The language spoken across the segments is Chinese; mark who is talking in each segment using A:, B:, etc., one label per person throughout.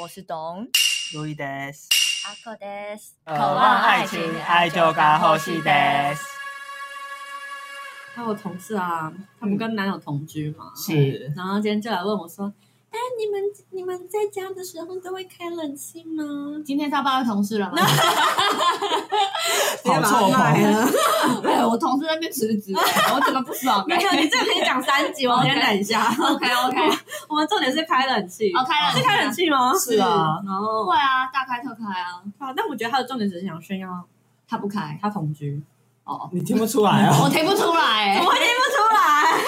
A: 我是董
B: 路易德斯，
A: 阿克德斯，
B: 渴望爱情，爱就该呼吸德斯。
C: 还有同事啊，他们跟男友同居嘛，
B: 是，
C: 然后今天就来问我说：“哎，你们你们在家的时候都会开冷气吗
D: 今天是要抱怨同事了吗？
B: 好错
C: 了
B: 棚，
D: 哎呦，我同事在那边辞 职，我怎么不爽？”
C: 没有，你这个可以讲三 集，我先等一下。
D: OK OK，
C: 我们重点是开冷气，
D: 哦，开了，
C: 是开冷，气吗？
B: 是啊
C: 然后
D: 会啊，大开特开啊，
C: 好，但我觉得他的重点只是想炫耀
D: 他不开，啊
C: 他同居，
D: 哦，
B: 你听不出来哦
D: 我。听不出 来，
C: 我听不出来。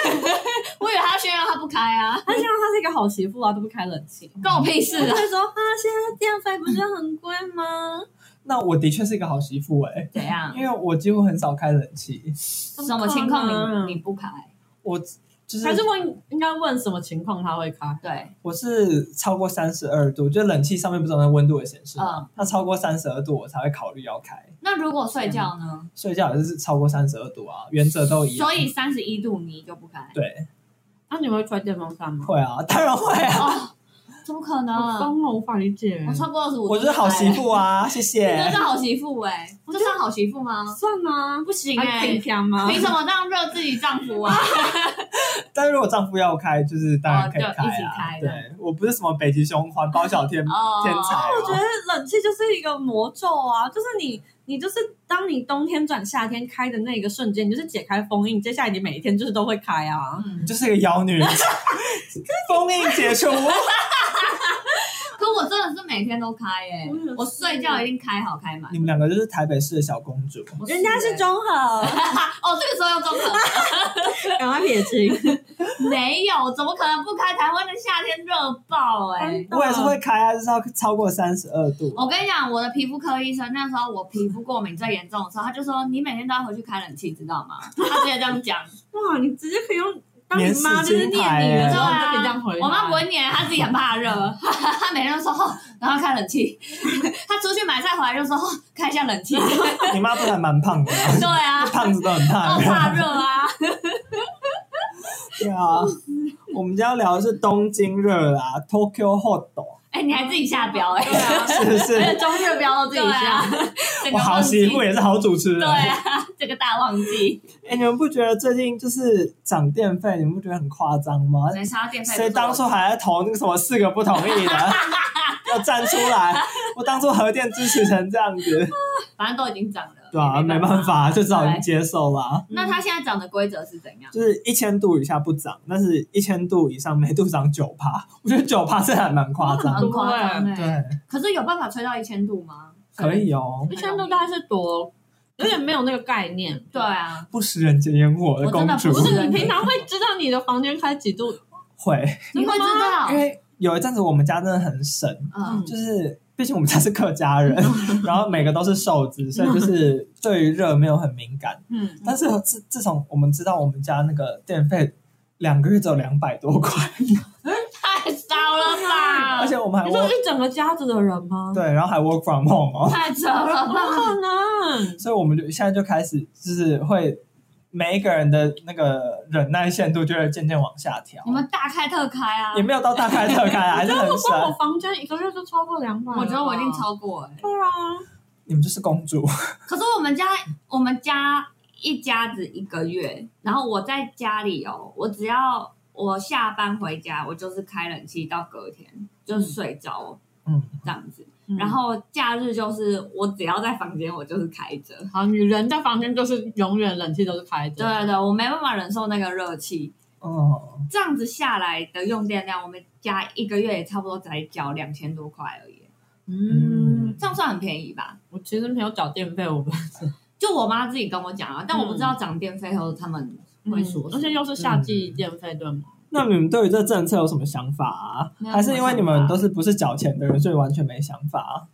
D: 我以为他炫耀他不开啊，
C: 他希望他是一个好媳妇啊，都不开冷气。
D: 关我屁事
C: 我
D: 啊！
C: 会说啊，现在电费不是很贵吗？
B: 那我的确是一个好媳妇哎，
C: 怎样？
B: 因为我几乎很少开冷气，
D: 什么情况你你不开？
B: 我就是
C: 还是问应该问什么情况他会开？
D: 对，
B: 我是超过三十二度，就冷气上面不是有那温度的显示吗，
D: 嗯，
B: 那超过三十二度我才会考虑要开。
D: 那如果睡觉呢？
B: 睡觉也是超过三十二度啊，原则都一样。
D: 所以三十一度你就不 开？
B: 对，
C: 那啊你会吹电风扇吗？
B: 会啊， 当然会啊，
D: 哦，怎么可
C: 好
D: 能？
C: 疯哦，无法理解
D: 我。超过二十五，
B: 我就是好媳，妇啊，谢
D: 你
B: 谢
D: 真。是好媳妇哎，这算好媳妇吗？
C: 算啊，不行
D: 哎
C: 平平吗？
D: 凭什么这样热自己丈夫啊？
B: 但是如果丈夫要开，就是当然可以
D: 哦就一起
B: 啊。
D: 开的
B: 对，我不是什么北极熊环保小天
D: 哦
B: 天才
C: 我觉得
B: 哦，
C: 冷气就是一个魔咒啊，就是你。你就是当你冬天转夏天开的那个瞬间，你就是解开封印，接下来你每一天就是都会开啊。
D: 嗯
B: 你，就是一个妖女，封印解除。
D: 可我真的是每天都开耶、
C: 我也是
D: 我睡觉一定开好开满
B: 你。们两个就是台北市的小公主，
D: 我
C: 人家是
D: 耶
C: 中和，
D: 哦，这个时候要中 和，
C: 赶快撇清。
D: 没有，怎么可能不开？台湾的夏天热爆哎、
C: 真的
B: 我也是会开啊，就是要超过三十二度。
D: 我跟你讲，我的皮肤科医生那时候我皮肤过敏最严重的时候，他就说你每天都要回去开冷气，知 道吗？他直接这样讲，
C: 哇，你直接可以用当你妈就是念你
B: 免
C: 的时候，
B: 死金牌
D: 对
C: 你就
D: 啊
C: 可以这样回，答
D: 我妈不会念，她自己很怕热，她每天都说哦，然后开冷气， 她出去买菜回来就说哦，开一下冷气， 对
B: 你妈不是还蛮胖的吗，
D: 啊，
B: 胖子都很
D: 哦
B: 胖。
D: 怕热啊，
B: 对啊，我们今天要聊的是东京热啦，Tokyo Hot，
D: 哎、你还自己下标哎、
C: 对 啊，
B: 是不
C: 而
D: 哎
B: 是？
C: 且中热标到自己
D: 对啊
C: 下，，
D: 整
B: 我
D: 个
B: 好
D: 忘记
B: 媳妇也是好主持人。
D: 对啊，这个大旺季，
B: 哎、你们不觉得最近就是涨电费，你们不觉得很夸张吗？
D: 能杀电费。
B: 谁啊当初还在投那个什么四个不同意的，要站出来？我当初核电支持成这样子，
D: 反正都已经涨了，
B: 对啊，
D: 也
B: 没
D: 办
B: 办法，就只好
D: 对
B: 接受啦。
D: 那它现在涨的规则是怎样？
B: 就是一千度以下不涨，但是一千度以上每度涨九趴，我觉得九趴这还蛮夸张
D: 很
B: 的。
D: 夸张哎。
B: 啊对，
D: 可是有办法吹到一千度吗？
B: 可以哦，
C: 一千多大概是多，有点没有那个概念。
D: 对啊，
B: 不食人间烟火的公主
D: 我
C: 不
D: 真的
C: 是你平常会知道你的房间开几度？
B: 会，
D: 你会知道
B: 因，为有一阵子我们家真的很省，
D: 嗯，
B: 就是毕竟我们家是客家 人，然后每个都是瘦子，所以就是对于热没有很敏感。
C: 嗯，
B: 但是自自从我们知道我们家那个电费两个月只有两百多块，
D: 太少了吧
B: 而？且我们
C: 啊
B: 还
C: 你说
B: work
C: 一整个家子的人吗？，
B: 对，然后还 work from home 哦，
D: 太扯了
C: 不
D: 吧？
C: 可能。
B: 所以我们就现在就开始就是会每一个人的那个忍耐限度就会渐渐往下调
D: 我，们大开特开啊
B: 也！没有到大开特开啊，还是很
C: 如果我
B: 省。
C: 房间一个月就超过两百，
D: 嗯我觉得我一定。超过哎。
C: 对啊，
B: 你们就是公主，
D: 可是我们家我们家一家子一个月，然后我在家里哦，我只要我下班回家，我就是开冷气到隔天就是睡着
B: 嗯，
D: 这样子。然后假日就是我只要在房间，我就是开着。
C: 好，女人在房间就是永远冷气都是开
D: 对
C: 着。
D: 对对，我没办法忍受那个热气，
B: 嗯，
D: 这样子下来的用电量，我们家一个月也差不多才缴两千多块而已，
C: 嗯，
D: 这样算很便宜吧？
C: 我其实没有缴电费，我不
D: 就我妈自己跟我讲啊，但我不知
B: 嗯
D: 道涨电费后他们会说什
C: 而
D: 么
C: 且又是夏季电费，对吗？
B: 那你们对于这政策有什么想法啊？
D: 没有
B: 还是因为你
D: 什么
B: 们
D: 想法
B: 都是不是缴钱的人，所以完全没想法 啊？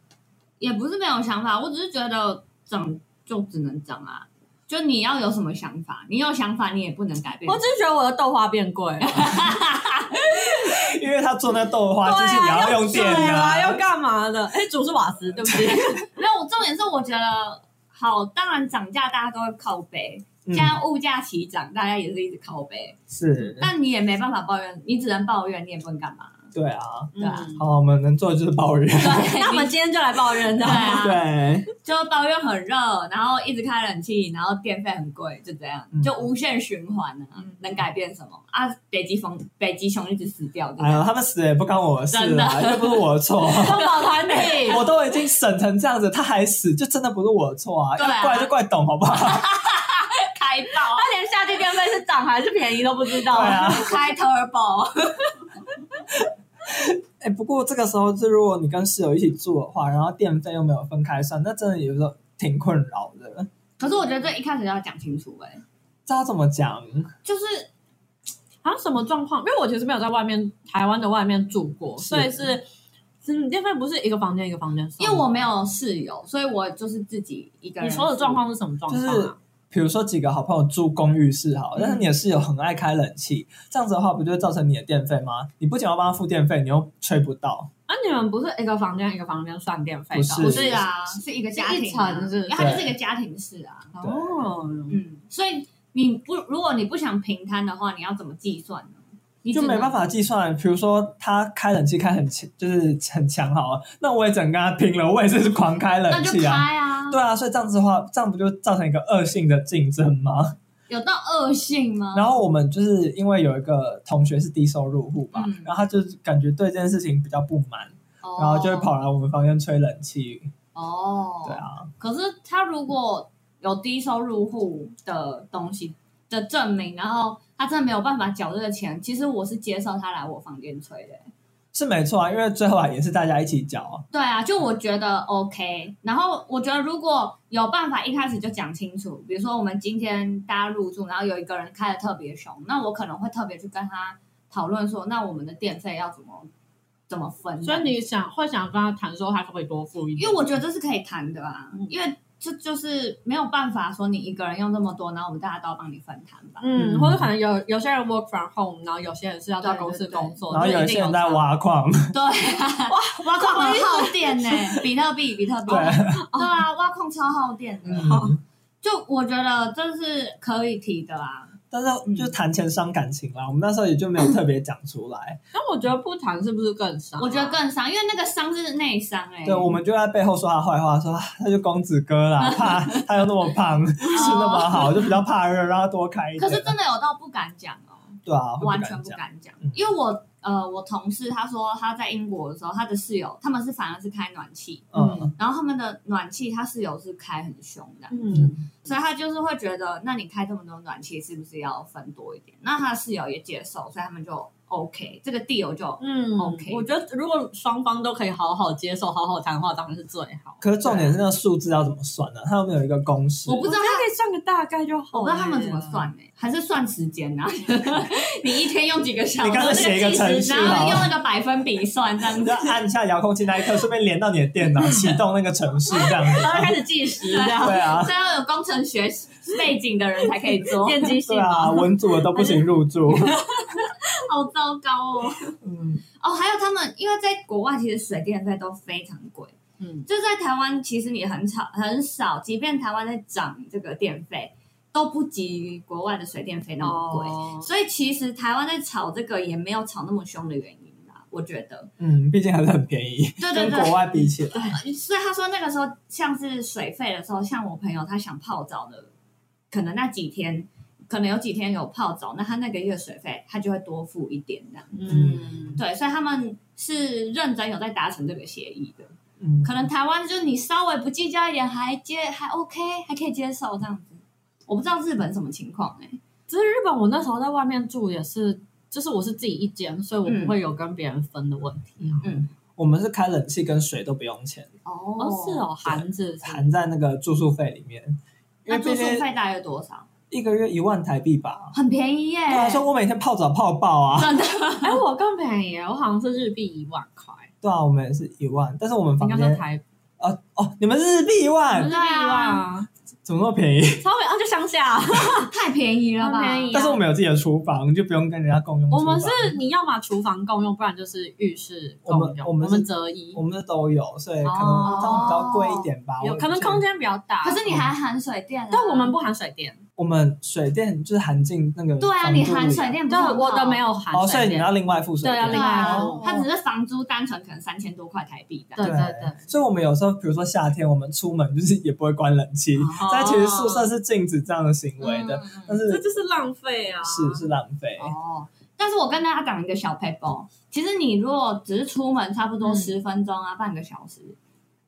D: 也不是没有想法，我只是觉得涨就只能涨啊。就你要有什么想法，你有想法你也不能改变。
C: 我只是觉得我的豆花变贵了，
B: 因为他做那豆花机器
C: 对
B: 也
C: 啊，
B: 要用电
C: 水
B: 啊
C: 啊，要干嘛的？ 哎，主是瓦斯，对不起。
D: 没有，我重点是我觉得好，当然涨价大家都会靠背，
B: 嗯
D: 现在物价齐涨，大家也是一直靠背，
B: 是
C: 嗯
D: 但你也没办法抱怨，你只能抱怨，你也不能干嘛。
B: 对啊，
D: 对啊
C: 嗯
B: 好，我们能做的就是抱怨。
D: 对，
C: 那我们今天就来抱怨的，
D: 对啊
B: 对，
D: 就抱怨很热，然后一直开冷气，然后电费很贵，就这样，
B: 嗯
D: 就无限循环呢、啊
C: 嗯。
D: 能改变什么啊？北极风，北极熊一直死掉，对
B: 哎呦，他们死了也不关我的事啊，
D: 真的
B: 又不是我的错。
D: 环保团体，
B: 我都已经省成这样子，他还死，就真的不是我的错啊！
D: 对啊
B: 要怪就怪懂好不好？
D: 开爆，
C: 他连夏季电费是涨还是便宜都不知道。
B: 对啊
D: 开 turbo，
B: 哎、不过这个时候，就如果你跟室友一起住的话，然后电费又没有分开算，那真的有时候挺困扰的。
D: 可是我觉得这一开始就要讲清楚、哎，
B: 这要怎么讲？
D: 就是
C: 啊，什么状况？因为我其实没有在外面台湾的外面住过，
B: 是
C: 所以是，是你电费不是一个房间一个房间算
D: 因
C: 吗，
D: 为我没有室友，所以我就是自己一个人。
C: 你说的状，况是什么状况、啊？
B: 就是比如说几个好朋友住公寓室好，
D: 嗯
B: 但是你的室友很爱开冷气，这样子的话不就会造成你的电费吗？你不仅要帮他付电费，你又吹不到，
C: 啊，你们不是一个房间一个房间算电费
B: 不
C: 的？
B: 是
D: 不是啊，是一个家
C: 是一
D: 庭、啊，
C: 层是不是
D: 因为它就是一个家庭式啊。
C: 哦，
D: 嗯，所以你不如果你不想平摊的话，你要怎么计算呢？你
B: 就没办
D: 法。
B: 法计算。比如说他开冷气开很强，就是很强好了，那我也整跟他拼了，我也是狂开
D: 那
B: 冷
D: 就
B: 气
D: 开
B: 啊。
D: 啊，
B: 对啊，所以这样子的话，这样不就造成一个恶性的竞争吗？
D: 有到恶性吗？
B: 然后我们就是因为有一个同学是低收入户吧，
D: 嗯
B: 然后他就是感觉对这件事情比较不满，
D: 哦
B: 然后就会跑来我们房间吹冷气。
D: 哦，
B: 对。啊，
D: 可是他如果有低收入户的东西的证明，然后他真的没有办法缴这个钱，其实我是接受他来我房间催的。
B: 是没错啊，因为最后啊也是大家一起缴啊。
D: 对啊，就我觉得 OK。然后我觉得如果有办法一开始就讲清楚，比如说我们今天大家入住，然后有一个人开的特别凶，那我可能会特别去跟他讨论说，那我们的电费要怎么怎么分。啊
C: 所以你想会想跟他谈说他可不可以多付一点？
D: 因为我觉得这是可以谈的啊，
C: 嗯
D: 因为这就是没有办法说你一个人用这么多，然后我们大家都要帮你分摊 吧。
C: 嗯，
B: 嗯
C: 或者可能有有些人 work from home，然后有些人是要在
D: 对对
C: 公司
D: 对
C: 工作，
B: 然后
C: 就
B: 有一
C: 一定
B: 些人
C: 差
B: 在挖矿，
D: 对、啊，挖矿很耗电呢、 比特币，比特币，
B: 对，
D: 对啊，挖矿超耗电的。
B: 嗯，
D: 就我觉得这是可以提的啊，
B: 但是就谈钱伤感情啦，我们那时候也就没有特别讲出来。
C: 但我觉得不谈是不是更伤啊？
D: 我觉得更伤，因为那个伤是内伤哎。
B: 对，我们就在背后说他坏话，说啊他就公子哥 啦，怕他又那么胖，吃那么好，就比较怕热，让他多开一
D: 哦可
B: 点。
D: 是真的有到不敢讲哦，
B: 对啊，会
D: 完
B: 敢
D: 全不
B: 讲
D: 敢讲
B: 嗯，
D: 因为我呃，我同事他说他在英国的时候，他的室友他们是反而是开暖气，
B: 嗯
D: 然后他们的暖气他室友是开很凶的，
C: 嗯，
D: 所以他就是会觉得，那你开这么多暖气是不是要分多一点？那他的室友也接受，所以他们就 OK，这个 deal 就
C: 嗯
D: OK
C: 我觉得如果双方都可以好好接受、好好谈话，当然是最好。
B: 可是重点是那个数字要怎么算啊呢、他有没有一个公式？
D: 我不知道
C: 我觉得
D: 他。
C: 可以算个大概就好
D: 我
C: 了。
D: 不知道他们怎么算呢、还是算时间啊？ 你一天用几个小时？
B: 你干脆写一个程序好了
D: 然后用那个百分比算这样
B: 你
D: 子
B: 就。按下遥控器那一刻，顺便连到你的电脑，启动那个程序这样 子
C: 然后
B: 啊。
C: 开始计时这样，
B: 对啊，
D: 这要有工程学背景的人才可以 做，
C: 电机系
B: 对啊，
C: 嘛。
B: 文组的都不行入 住。
D: 好糟糕哦！
B: 嗯，
D: 哦，还有他们，因为在国外其实水电费都非常贵，
C: 嗯，
D: 就在台湾，其实你很少很少，即便台湾在涨这个电费，都不及国外的水电费那么贵。
C: 哦，
D: 所以其实台湾在炒这个也没有炒那么凶的原因啦，我觉得。
B: 嗯，毕竟还是很便宜，
D: 对对对
B: 跟国外比起来，
D: 所以他说那个时候像是水费的时候，像我朋友他想泡澡的，可能那几天。可能有几天有泡澡，那他那个月水费他就会多付一点的，
C: 嗯，
D: 对，所以他们是认真有在达成这个协议的。
B: 嗯，
D: 可能台湾就是你稍微不计较一点，还接还 OK，还可以接受这样子。我不知道日本什么情况哎、
C: 只是日本，我那时候在外面住也是，就是我是自己一间，所以
B: 嗯
C: 我不会有跟别人分的问题啊。
B: 我们是开冷气跟水都不用钱，
D: 哦
C: 哦，是，哦，韩子是
B: 含在那个住宿费里面，因
D: 那
B: 为
D: 住
B: 毕
D: 宿
B: 竟
D: 费大约多少？
B: 一个月一万台币吧。
D: 很便宜耶、
B: 对啊，所以我每天泡澡泡爆啊。
D: 真的，
C: 哎，我更便宜耶，我好像是日币一万块，
B: 对啊，我们也是一万，但是我们
C: 应
B: 房
C: 该说
B: 间
C: 台嗯
B: 哦哦，你们是日币一
C: 我
B: 万
C: 们，日币一万啊，
B: 怎么那么便宜？
C: 超美啊，就乡下。
D: 啊太便宜啊了吧？
C: 很便宜
B: 但是我们有自己的厨房，就不用跟人家共用厨
C: 啊我
B: 房。
C: 们是你要么厨房共用，不然就是浴室
B: 我们
C: 共用。
B: 我
C: 我
B: 们是
C: 择一
B: 我，们的都有，所以可能
C: 哦
B: 这样比较贵一点吧。
C: 有
B: 我
C: 可能
B: 觉得
C: 空间比较大。
D: 可是你还含水电、啊，
C: 但我们不含水电，
B: 我们水电就是含进那个
D: 对啊，
B: 房
D: 你
B: 租
D: 含
B: 里
D: 水电不
C: 对
D: 是很好
C: 我的没有含
B: 嗯哦，所
C: 水
B: 以你
C: 电。
B: 要另外付水
C: 对啊
B: 电。
D: 对
C: 另外
D: 啊
C: 哦，
D: 它只是房租单纯可能三千多块台币的，
C: 对对对，
B: 所以我们有时候，比如说夏天，我们出门就是也不会关冷气，但其实宿舍是禁止这样的行为的，
D: 哦嗯
B: 但
C: 哦这
B: 是
C: 就是浪费啊！
B: 是是浪费。
D: 哦，但是我跟大家讲一个小 paper，其实你如果只是出门差不多
C: 嗯
D: 十分钟啊，半个小时，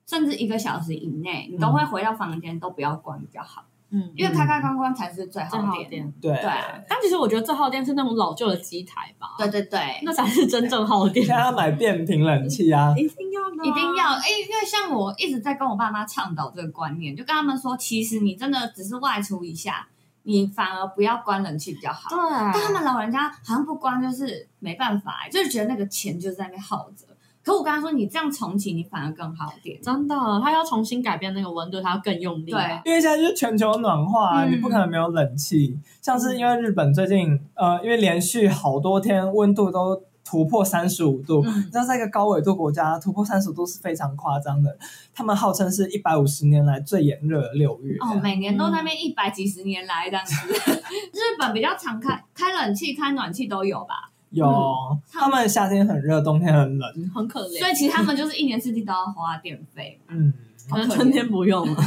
D: 甚至一个小时以内，你都会回到房间，都不要关比较好，
C: 嗯，
D: 因为开开关关才是最
C: 正
D: 好
C: 好
D: 的点。
C: 点。
B: 对，
D: 对啊
C: 但其实我觉得最耗电是那种老旧的机台吧，
D: 对对啊对，
C: 那才是真正耗电
B: 现。在要买变频冷气啊，
C: 啊
D: 嗯
C: 一定要的啊
D: 一定要哎、因为像我一直在跟我爸妈倡导这个观念，就跟他们说，其实你真的只是外出一下，你反而不要关冷气比较好。但他
C: 对，啊
D: 们老人家好像不关，就是没办法、哎就是觉得那个钱就在那边耗着。可我跟他说，你这样重启，你反而更耗电。
C: 真的，他要重新改变那个温度，他要更用力。啊
D: 对，
B: 因为现在就是全球暖化、啊，
D: 嗯
B: 你不可能没有冷气。像是因为日本最近，呃，因为连续好多天温度都突破三十五度，
D: 嗯
B: 你知道在一个高纬度国家突破三十度是非常夸张的，他们号称是一百五十年来最炎热的六月。
D: 哦，每年都在那边一百几十年来这样子。 日本比较常开开冷气、开暖气都有吧，
B: 有、
D: 嗯
B: 他们夏天很热，冬天很冷。
C: 嗯很可怜。
D: 所以其实他们就是一年四季都要花电费。
B: 嗯，
C: 可能春天不用了，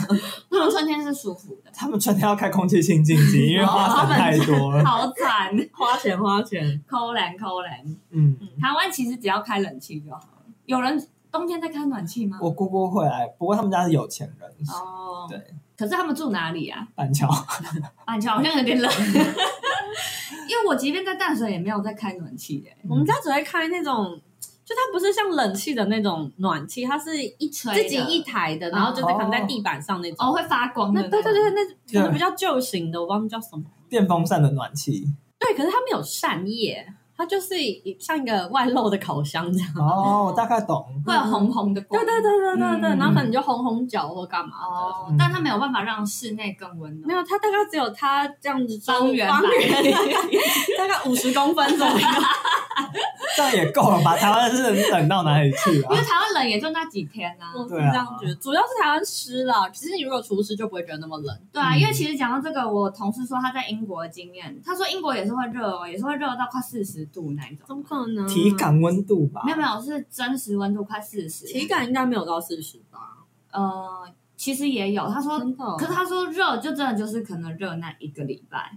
D: 他们春天是舒服的，
B: 他们春天要开空气清净 机，因为花粉太多了。
D: 哦好惨，
C: 花钱花钱。
D: 抠懒抠懒。
B: 嗯，
D: 台湾其实只要开冷气就好了。有人冬天在开暖气吗？
B: 我姑姑会来，不过他们家是有钱人，
D: 哦，
B: 对。
D: 可是他们住哪里啊？
B: 板桥。
D: 板啊桥好像有点冷， 因为我即便在淡水也没有在开暖气的、
C: 我们家只会开那种，就它不是像冷气的那种暖气，它是一
D: 吹的
C: 自己一台的，然后就是可能在地板上那种。
D: 哦，会发光的
C: 那对
D: 那种。
C: 对对，那可能比较旧型的，我忘记叫什么。
B: 电风扇的暖气
C: 对，可是它没有扇叶，它就是一像一个外露的烤箱这样。
B: 哦，我大概懂。
D: 会有红红的光。
C: 对对对对对对，
D: 嗯
C: 然后可能你就烘烘脚或干嘛的。
D: 哦
B: 嗯，
D: 但它没有办法让室内更温
C: 没
D: 暖。
C: 有，它大概只有它这样子
D: 方圆啊吧
C: 方圆 大概五十公分 左右。
B: 这样也够了吧？台湾是能冷到哪里去
D: 因为
B: 啊？
D: 台湾冷也就那几天啊。
C: 我是
B: 对
C: 这
B: 啊
C: 样觉得，主要是台湾湿啦。其实你如果除湿就不会觉得那么冷。
D: 对啊，
B: 嗯
D: 因为其实讲到这个，我同事说他在英国的经验，他说英国也是会热哦，也是会热到快四十度那一
C: 怎
D: 种。
C: 么可能？
B: 体感温度吧
D: 没，有没有，是真实温度快四十。
C: 体感应该没有到四十吧？
D: 呃，其实也有，他说
C: 真的哦？
D: 可是他说热就真的就是可能热那一个礼拜，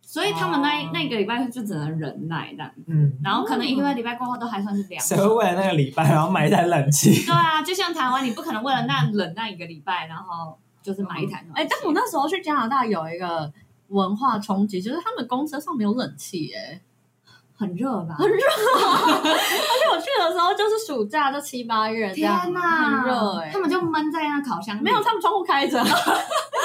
D: 所以他们那、
C: 哦
D: 那一个礼拜就只能忍耐这样，
B: 嗯，
D: 然后可能一个礼拜过后都还算是凉
B: 谁会
D: 爽。
B: 为了那个礼拜然后买一台冷气？
D: 对啊，就像台湾，你不可能为了那冷那一个礼拜，然后就是买一台暖气。
C: 哎、但我那时候去加拿大有一个文化冲击，就是他们公车上没有冷气、哎，
D: 很热吧？
C: 很而且我去的时候就是暑假，就七八月这
D: 天
C: 样，
D: 哪，
C: 很热哎、
D: 啊他们就闷在那烤箱里，
C: 没有，他们窗户开着，可是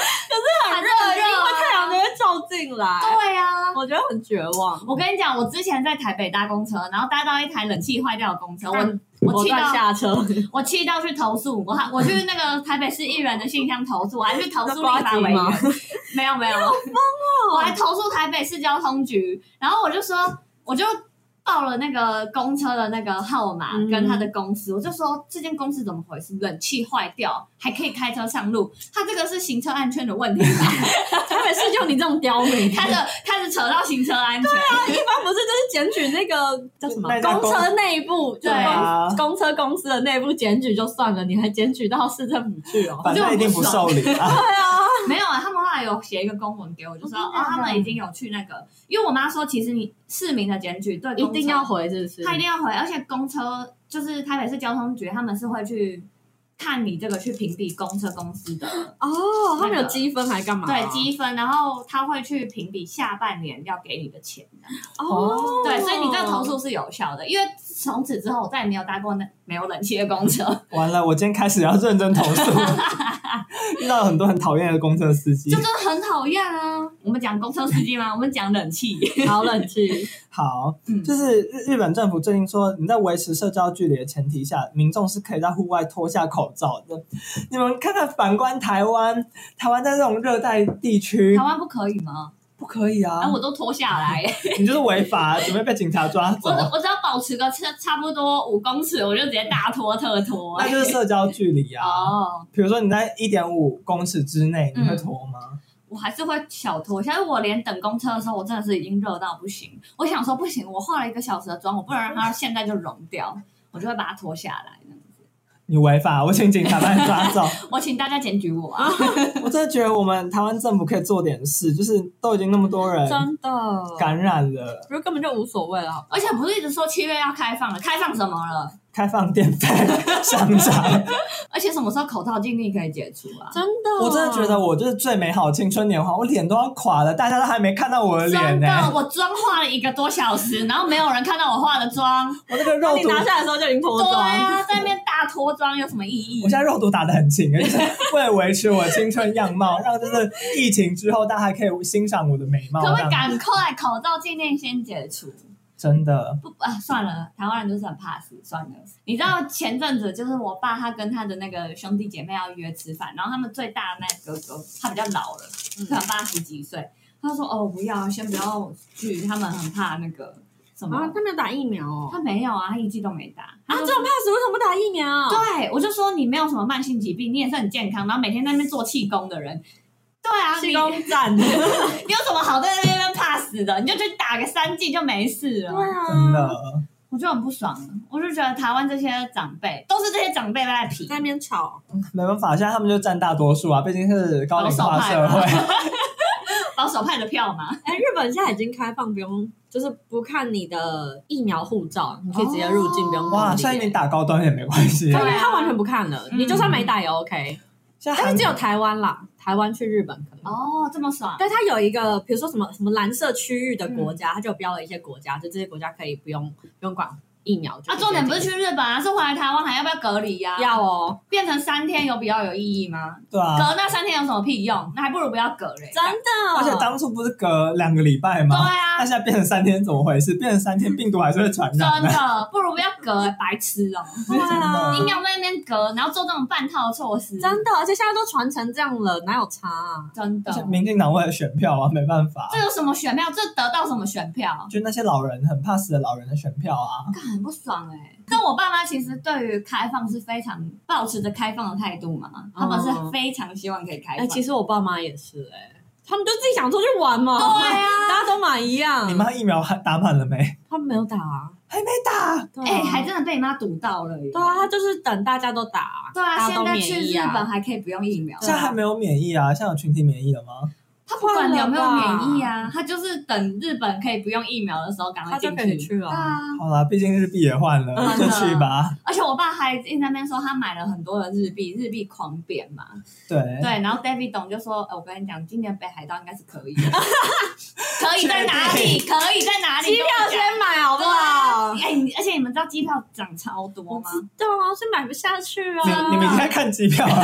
C: 很热，
D: 还是很热啊
C: 因为太阳直接照进来，
D: 对啊。
C: 我觉得很绝望。
D: 我跟你讲，我之前在台北搭公车，然后搭到一台冷气坏掉的公车，我
C: 嗯
D: 我气
C: 断
D: 到
C: 下车，
D: 我气到去投诉，我还我去那个台北市议员的信箱投诉，我还去投诉立
C: 瓜
D: 法
C: 子
D: 委员
C: 吗，
D: 没有没有，我还投诉台北市交通局，然后我就说我就。报了那个公车的那个号码
C: 嗯
D: 跟他的公司，我就说这间公司怎么回事？冷气坏掉还可以开车上路，他这个是行车安全的问题吧？
C: 台北市就你这种刁 民，
D: 他的他是扯到行车安全，
C: 一般不是就是检举那个叫什么
B: 那家
C: 公
B: 公
C: 车内部，
D: 对
B: 啊
C: 公公车公司的内部检举就算了，你还检举到市政府去哦。
B: 反正一定不受理啊！
D: 没有啊，他们后来有写一个公文给我，就说
C: 哦真
D: 哦
C: 的假的
D: 他们已经有去那个，因为我妈说其实你市民的检举对
C: 一
D: 公车
C: 定要回，是不是？
D: 他一定要回，而且公车就是台北市交通局，他们是会去看你这个去评比公车公司的
C: 哦，他们
D: 那
C: 有
D: 个
C: 积分还干嘛？
D: 对积分，然后他会去评比下半年要给你的钱的。
C: 哦，
D: 对，所以你这个投诉是有效的，因为从此之后我再也没有搭过那没有冷气的公车，
B: 完了，我今天开始要认真投 诉， 遇到很多很讨厌的公车司机
D: 就真。的很讨厌啊。我们讲公车司机吗？我们讲 冷气。
C: 好冷气，
B: 好
D: 嗯，
B: 就是日日本政府最近说，你在维持社交距离的前提下，民众是可以在户外脱下口口罩的。 你们看看，反观台湾，台湾在这种热带地区
D: 台湾不可以吗？
B: 不可以
D: 啊，
B: 啊，
D: 我都脱 下来，
B: 你就是违法， 准备被警察抓走
D: 我，只我只要保持个差差不多五公尺，我就直接大脱特脱。
B: 那就是社交距离啊。
D: 哦，嗯
B: 比如说你在一点五公尺之内，你会脱吗？
D: 我还是会小脱一下，因为我连等公车的时候，我真的是已经热到不行。我想说不行，我化了一个小时的妆，我不能让它现在就融掉， 我就会把它脱下来。
B: 你违法， 我请警察把你抓 走。
D: 我请大家检举我啊！
B: 我真的觉得我们台湾政府可以做点事，就是都已经那么多人
C: 真的，
B: 感染了，
C: 就根本就无所谓了。好
D: 而且不是一直说七月要开放了，开放什么了？
B: 开放电费、 商场，
D: 而且什么时候口罩禁令可以解除啊？
C: 真的，
B: 我真的觉得
D: 哦
B: 我就是最美好的青春年华，我脸都要垮了，大家都还没看到我的脸
D: 真
B: 呢、
D: 的，我妆化了一个多小时，然后没有人看到我化的 妆。
B: 我那个
C: 那
B: 肉
C: 你
B: 毒，
C: 拿下来的时候就已经脱
D: 对
C: 妆，
D: 啊，在那边大脱妆有什么意义
B: 我？现在肉毒打得很勤，就是为了维持我青春样貌，让就是疫情之后大家还可以欣赏我的美貌。
D: 可不可
B: 这
D: 以
B: 样
D: 赶快口罩禁令先解除？
B: 真的，
D: 不啊，算了，台湾人就是很怕死，算了。你知道前阵子就是我爸他跟他的那个兄弟姐妹要约吃饭，然后他们最大的那个哥哥他比较老了，
C: 嗯
D: 可能八十几岁，他说哦不要，先不要去，他们很怕那个什么。
C: 啊，他没有打疫苗哦。
D: 他没有啊，他一剂都没打。
C: 啊，这种怕死为什么不打疫苗？
D: 对，我就说你没有什么慢性疾病，你也是很健康，然后每天在那边做气功的人。对啊，你
C: 气功站。
D: 你有什么好在那边怕死的？你就去打个三剂就没事了。
C: 对啊，
B: 真的，
D: 我就很不爽，我就觉得台湾这些长辈都是这些长辈在皮。
C: 在那边吵，
B: 没办法，现在他们就占大多数啊，毕竟是高龄化社
D: 保守啊
B: 会。
D: 保守派的票嘛，
C: 哎，日本现在已经开放，不用就是不看你的疫苗护照，你可以直接入境，
D: 哦
C: 不用隔离
B: 哇，所以你打高端也没关系
C: 对，
D: 对啊
C: 他完全不看了，
D: 嗯
C: 你就算没打也 OK。
B: 现在
C: 但
B: 韩
C: 是只有台湾啦，台湾去日本可以。
D: 哦，这么爽，
C: 但它有一个，比如说什么什么蓝色区域的国
B: 嗯
C: 家，它就有标了一些国家，就这些国家可以不用不用管疫苗。就
D: 啊，
C: 可以
D: 重点不是
C: 直接
D: 去日本啊，是回来台湾还要不要隔离呀、
C: 进要哦，
D: 变成三天有比较有意义吗？
B: 对啊，
D: 隔那三天有什么屁用？那还不如不要隔嘞。
C: 真的。
B: 而且当初不是隔两个礼拜吗？
D: 对啊
B: 那现在变成三天，怎么回事？变成三天，病毒还是会传染
D: 真
B: 的。
D: 的，不如不要隔、白痴哦、
C: 对 啊，
D: 硬要在那边隔，然后做这种半套措施，
C: 真的，而且现在都传成这样了，哪有差啊？
D: 真的
B: 而且，民进党为了选票啊，没办法，
D: 这有什么选票？这得到什么选票？
B: 就那些老人很怕死的老人的选票啊。
D: 干很不爽哎、但我爸妈其实对于开放是非常保持着开放的态度嘛，他们
C: 哦
D: 是非常希望可以开
C: 哎、
D: 放。
C: 其实我爸妈也是哎、他们就自己想出去玩嘛。
D: 对啊
C: 大家都买一样。
B: 你妈疫苗还打满了没？
C: 他们没有打、啊，
B: 还没打，
C: 对
D: 哎、
C: 啊
D: 还真的被你妈堵到了耶。
C: 对啊，他就是等大家都打，
D: 对
C: 大
D: 啊，
C: 家
D: 现
C: 都
D: 在
C: 免
D: 去
C: 疫
D: 日
C: 啊。
D: 本还 可以不用疫苗，
B: 现在还没有免疫啊，现在有群体免疫了吗？
D: 他不管有没有免疫啊，他就是等日本可以不用疫苗的时候赶快
C: 他就
D: 进
C: 可以
D: 去。
C: 去
D: 对
C: 了、
D: 啊，
B: 好啦，毕竟日币也换了，
D: 嗯
B: 就去吧。
D: 而且我爸还一直在那边说他买了很多的日币，日币狂贬嘛。
B: 对，
C: 哎
D: 对，然后 David 董就说：“呃我跟你讲，今年北海道应该是可 以的，可以在哪里？可以在哪里？
C: 机票先买好不好？
D: 哎、你而且你们知道机票涨超多
C: 我
D: 吗？
C: 知道啊，是买不下去啊。
B: 你你明天看机票啊？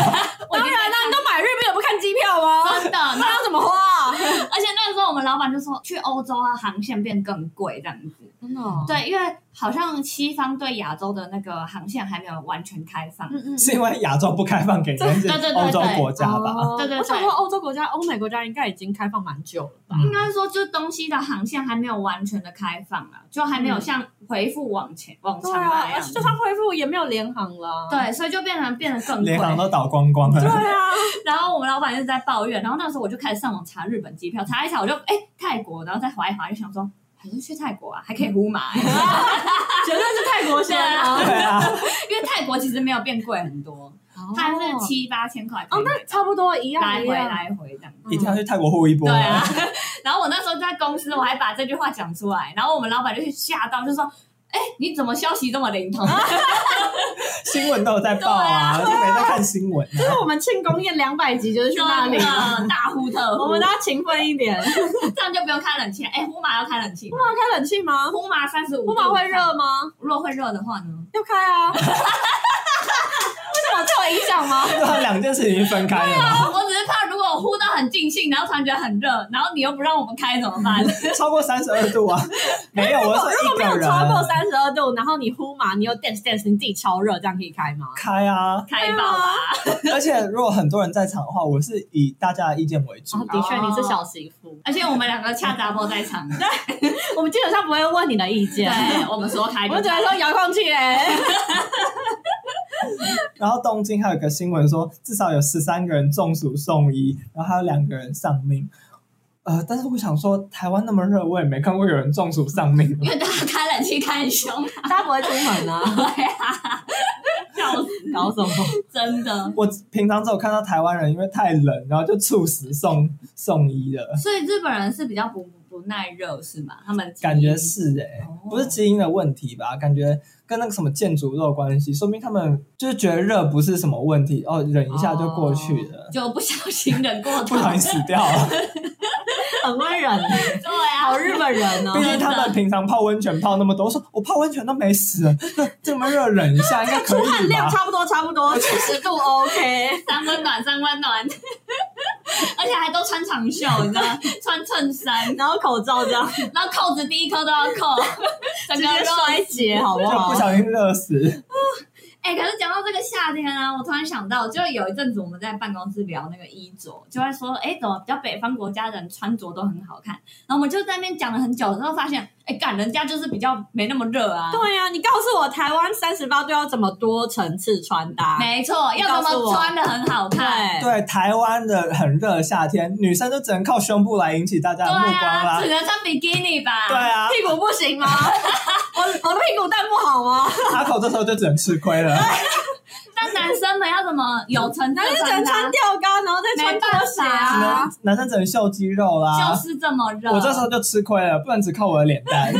D: 我已
C: 当
D: 经
C: 然啦、你都买日币了，不看机票吗？
D: 真的，然后
C: 那要怎么花、啊
D: 而且那个时候我们老板就说，去欧洲啊，航线变更贵这样子。
C: 真的、哦
D: 对，因为好像西方对亚洲的那个航线还没有完全开放。
C: 嗯嗯
B: 是因为亚洲不开放给那些
D: 对对对对
B: 欧洲国家吧？
C: 哦
D: 对对对
C: 我想说欧洲国家、欧美国家应该已经开放蛮久了吧？
D: 应
B: 嗯
D: 该说，就是东西的航线还没有完全的开放啊，就还没有像回复往前往常
C: 嗯对
D: 那
C: 啊，
D: 样
C: 而。且就算恢复也没有联航了。
D: 哎
C: 啊
D: 对，所以就变成变得更贵
B: 联。航都倒光光了。
C: 对啊，
D: 然后我们老板一直在抱怨，然后那时候我就开始上网查日本机票，查一查我就哎、泰国，然后再划一划就想说还是去泰国啊，还可以 呼 麻、
C: 绝对是泰国先啊。
B: 对啊，
D: 因为泰国其实没有变贵很多，它是七八千块可以
C: 哦，
D: 买
C: 那差不多一样
D: 来
C: 一
D: 回
C: 样。
D: 来回这样。
B: 一定要去泰国护一波
D: 对
B: 了。
D: 啊，然后我那时候在公司，我还把这句话讲出来，然后我们老板就吓到，就说：“哎，你怎么消息这么灵通？”
B: 新闻都有在报啊，就没在看新闻
C: 就是
B: 啊。
C: 我们庆功宴两百集就是 去那里
D: 真，的 大呼特 呼，
C: 我们大家勤奋一点。
D: 这样就不用开冷气了。哎，呼麻要开冷气吗，
C: 不能开冷气吗？
D: 呼麻三十五，
C: 不马会，热吗？
D: 如果会热的话呢？
C: 要开啊！为什么这有影响吗？
B: 对啊，两件事情已经分开了嘛。
D: 我只是怕如果我呼到很尽兴，然后突然觉得很热，然后你又不让我们开怎 么办？
B: 超过三十二度啊？没有，我是
C: 如果
B: 说一
C: 没有
B: 个人
C: 超过三十二度，然后你呼嘛，你又 dance dance，你自己超热，这样可以开吗？
B: 开啊！
D: 开爆吧！
B: 而且如果很多人在场的话，我是以大家的意见为主
C: 哦，。的确你是小媳妇，
D: 而且我们两个恰杂波在 场，对，
C: 我们基本上不会问你的意见，
D: 我们说开
C: 啊我
D: 就开，
C: 们只会说遥控器 哎，
B: 然后东京还有一个新闻说，至少有十三个人中暑送医，然后还有两个人丧命。呃，但是我想说，台湾那么热，我也没看过有人中暑丧 命。
D: 因为大家开冷气开很凶，
C: 大家不会出门啊，
D: 笑死，
C: 搞什么？
D: 真的。
B: 我平常只有看到台湾人因为太冷，然后就猝死送送医的，
D: 所以日本人是比较不不耐热是吗？他们
B: 感觉是哎、
D: 哦
B: 不是基因的问题吧？感觉跟那个什么建筑都有关系，说明他们就是觉得热不是什么问题，哦，忍一下就过去了，
D: 就不小心忍过
B: 不，
D: 头
B: 小心死掉了。
C: 很会忍，
D: 对啊，
C: 好日本人哦
B: 毕。竟他们平常泡温泉泡那么多，我说我泡温泉都没死 了，那这么热忍一下应该可
C: 出汗
B: 以
C: 量
B: 吧？
C: 差不多，差不 多七十度 OK。
D: 三温暖，三温暖， 而且还都穿长袖，你知道吗？穿衬衫，
C: 然后口罩这样，
D: 然后扣子第一颗都要扣， 整
C: 直
D: 个
C: 接
D: 肉。
C: 衰竭，好不
B: 就
C: 好
B: 不？小心热死，
D: 哎、可是讲到这个夏天啊，我突然想到，就有一阵子我们在办公室聊那个衣着，就在说，哎、怎么比较北方国家人穿着都很好看？然后我们就在那边讲了很久，之后发现，哎、干人家就是比较没那么热啊。
C: 对呀、你告诉我台湾三十八度要怎么多层次穿搭？
D: 没错，
C: 你
D: 要
C: 告
D: 怎
C: 诉我
D: 么穿的很好看？
C: 对，
B: 对啊台湾的很热的夏天，女生就只能靠胸部来引起大家的目光
D: 啊，
B: 啦
D: 只。能穿比基尼吧？
B: 对啊，
C: 屁股不行
D: 哦
C: 吗？我我的屁股蛋不好吗？
B: 阿口这时候就只能吃亏了。
D: 但男生们要怎么有层次
C: 男
D: 的
C: 生只能穿
D: 搭？
C: 吊高，然后再穿
D: 没
C: 拖
D: 办
C: 鞋
D: 法啊
C: 啊。
B: 男生只能秀肌肉啦。
D: 就是这么热。
B: 我这时候就吃亏了，不能只靠我的 脸蛋。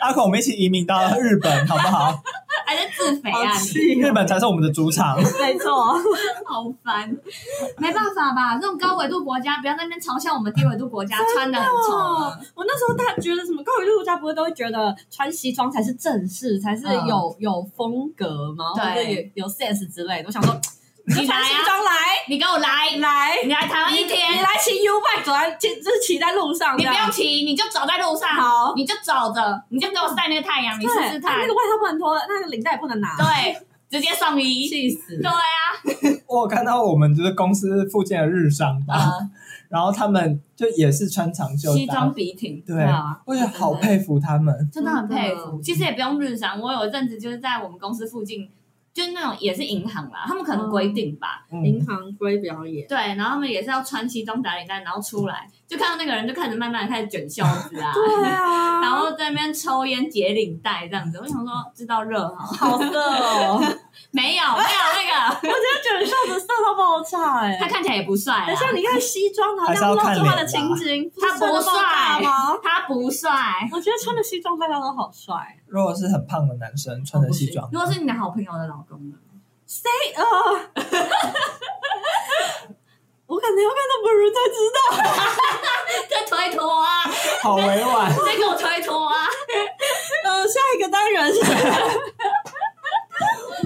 B: 阿口，我们一起移民到日本好不好？
D: 还在自肥啊
C: 好
D: 你？
C: 气
B: 日本才是我们的主场。
C: 没错，
D: 好烦，没办法吧？这种高纬度国家，不要在那边嘲笑我们低纬度国家穿的很丑啊。
C: 我那时候大觉得什么高纬度家不是都会觉得穿西装才是正式，才是
D: 嗯
C: 有、有风格吗？
D: 对
C: 或者有有 sense 之类的。我想说，你就
D: 你来
C: 穿西
D: 啊！
C: 装来
D: 你给我来！
C: 来，
D: 你来台湾一
C: 你
D: 天，
C: 来骑 U bike 走在骑就是骑在路上
D: 你
C: 这
D: 不
C: 样，
D: 用骑，你就走在路上，
C: 好，
D: 你就走着，你就给我晒那个太阳，你试试
C: 对那
D: 看
C: 个。外套不能脱，那个领带也不能拿，
D: 对，直接送医。
C: 气死
D: 对啊，
B: 我有看到我们就是公司附近的日商
C: 啊
B: 吧，
D: 呃，
B: 然后他们就也是穿长袖
D: 西
B: 搭
D: 装，笔挺，
B: 对
C: 对，啊，
B: 我也好佩服他们。
D: 真的很佩
C: 真
D: 服。
C: 的
D: 其实也不用日商，我有一阵子就是在我们公司附近，就是那种也是银行啦，他们可能规定吧，
B: 嗯，
C: 银行归表演，，
D: 对，然后他们也是要穿西装打领带，然后出来就看到那个人就开始慢慢地开始卷袖子啊
C: 对啊，
D: 然后在那边抽烟解领带这样子。我想说，知道热哈？
C: 好色哦，
D: 没有，没有那个，
C: 卷袖子色到爆炸哎、
D: 他
C: 欸！
D: 看起来也不帅啊
C: 等
D: 啦
C: 一，下，你看西装，好
B: 还是
C: 像
B: 要
C: 露
B: 看
C: 出他的
B: 脸吧
C: 青筋，
D: 他
C: 色
D: 不
C: 到爆炸
D: 帅
C: 吗？
D: 他不帅。
C: 我觉得穿的西装大家都好帅，
B: 如果是很胖的男生穿着西
C: 哦
B: 装，
D: 如果是你的好朋友的老公呢？
C: 哎 呃，我可能要看到本人才知道，
D: 在推脱啊，
B: 好委 婉。
D: 在给我推脱啊！
C: 呃，下一个单元是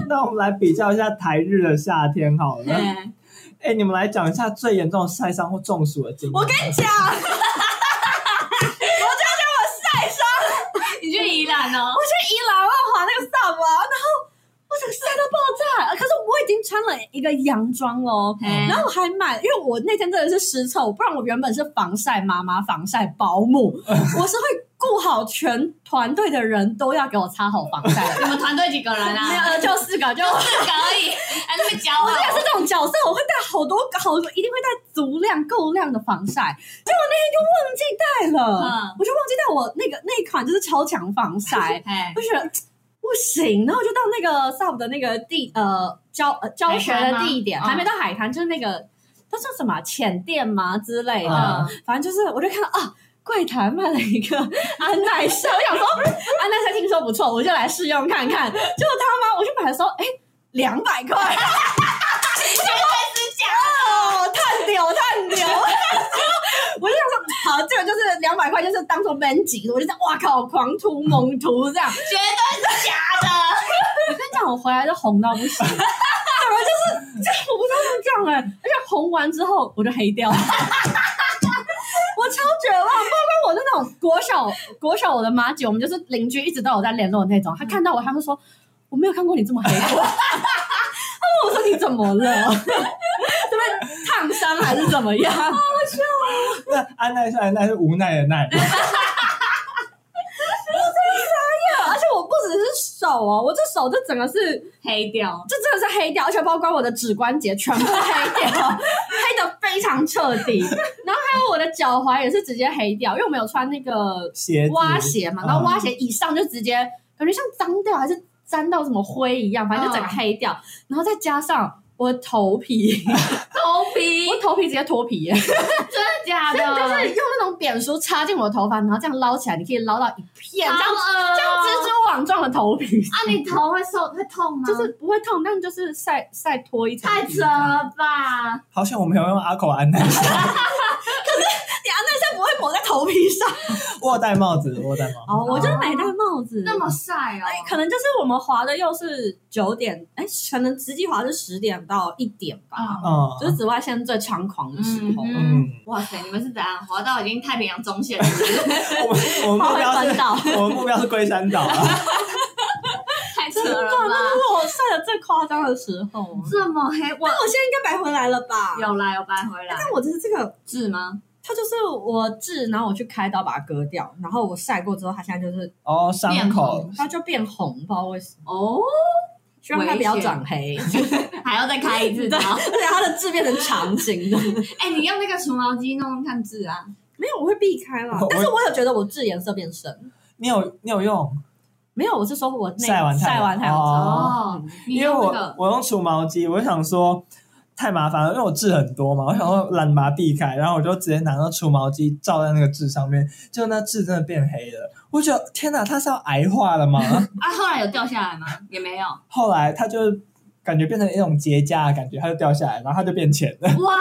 B: 那我们来比较一下台日的夏天好了。
D: 哎
B: 哎，你们来讲一下最严重的晒伤或中暑的经历。
C: 我跟你讲，
D: 你去宜兰哦，
C: 我去伊朗万华那个 sub 啊，然后我整个晒到爆炸，可是我已经穿了一个洋装哦。
D: 嗯
C: 然后我还买，因为我那天真的是失策，不然我原本是防晒妈妈、防晒保姆，我是会顾好全团队的人都要给我擦好防晒的。
D: 你们团队几个人
C: 没
D: 啊？
C: 有，就四个，就
D: 四个而已，还那么骄
C: 我
D: 傲
C: 这。个是这种角色，我会带好多好多，一定会带足量够量的防晒。结果那天就忘记带了，
D: 嗯
C: 我就忘记带我那个那一款就是超强防晒，
D: 哎，
C: 我就觉得嘖不行，然后我就到那个 SUB 的那个地呃教呃教学的地点，
D: 海
C: 还
D: 滩吗啊
C: 没到海滩，就是那个它叫什么啊浅店吗之类的，
B: 嗯
C: 反正就是我就看到啊。柜台卖了一个 安耐晒，我想说 安耐晒听说不错，我就来试用看看。结果他妈，我去买的时候，哎、两百块，哦，探牛探牛， 我就想说，好，这个就是两百块，就是当做 man 级，我就这样，哇靠，狂涂猛涂这样。
D: 绝对是假的。
C: 跟你讲，我回来就红到不行，人就是，我不知道怎么讲哎、而且红完之后我就黑掉了， 我超绝望。包括我那种国小国小我的马姐，我们就是邻居，一直都有在联络的那种。她看到我，她会说我没有看过你这么黑 过。她问我说你怎么了？ 是被烫伤还是怎么样？
B: 那安奈是安奈是无奈的奈，
C: 而且我不只是手哦，我这手就整个是。
D: 黑掉。
C: 这真的是黑掉，而且包括我的指关节全部黑掉， 黑的非常彻底。然后还有我的脚踝也是直接黑掉，因为我没有穿那个
B: 鞋子
C: 蛙鞋嘛，
B: 嗯
C: 然后蛙鞋以上就直接感觉像脏掉，还是沾到什么灰一样，反正就整个黑掉。然后再加上我的头皮，
D: 嗯头皮
C: 我头皮直接脱皮耶，
D: 真的假 的？
C: 就是用那种扁梳插进我的头发，然后这样捞起来，你可以捞到一片，这样这样
D: 哦
C: 蜘蛛网状的头皮，
D: 啊，你头会受会痛吗？
C: 就是不会痛，但就是晒晒脱一层
D: 太
C: 皮
D: 扯了吧！
B: 好像我没有用阿口安奈，
C: 你安耐晒不会抹在头皮上。
B: 我有戴帽子，我有戴帽子。
C: 哦，我就没戴帽子。
D: 那么晒哦，
C: 哎，可能就是我们滑的又是九点，哎，可能实际滑是十点到一点吧，
D: 啊，
B: 嗯，
C: 就是紫外线最猖狂的时候。
D: 嗯
B: 嗯，
D: 哇塞，你们是怎样滑到已经太平洋中 线了是不是？
B: 我们我们
C: 滑
B: 目
C: 回
B: 标
C: 关
B: 是，
C: 岛，
B: 我们目标是龟山岛啊，
D: 太扯
C: 真的，
D: 了
C: 那
D: 吧？
C: 是我晒的最夸张的时候。
D: 这么黑，我
C: 但我现在应该白回来了吧？
D: 嗯有啦有搬回来，
C: 但我就是这个，
D: 痣吗？
C: 它就是我治，然后我去开刀把它割掉，然后我晒过之后，它现在就是
B: 哦，伤
D: 面
B: 口
D: 孔
C: 它就变红，不知道为什么。
D: 哦，
C: 希望它不要转黑，
D: 还要再开一次刀？
C: 而且它的痣变成长形的。
D: 哎，你用那个除毛机弄弄看痣
B: 哦
D: 啊？
C: 没有，我会避开啦
B: 我。
C: 但是我有觉得我痣颜色变深。
B: 你有你有用，
C: 没有，我是说我那
B: 晒完太阳
C: 晒完太阳之后，
D: 哦，你
B: 因为
D: 用那
B: 我
D: 个
B: 我用除毛机，我就想说太麻烦了，因为我痣很多嘛，我想说懒得把它避开，然后我就直接拿到除毛机照在那个痣上面，就那痣真的变黑了，我觉得天哪，它是要癌化了吗？
D: 啊，后来有掉下来吗？也没有，
B: 后来它就感觉变成一种结痂的感觉，它就掉下来，然后它就变浅了。
D: 哇，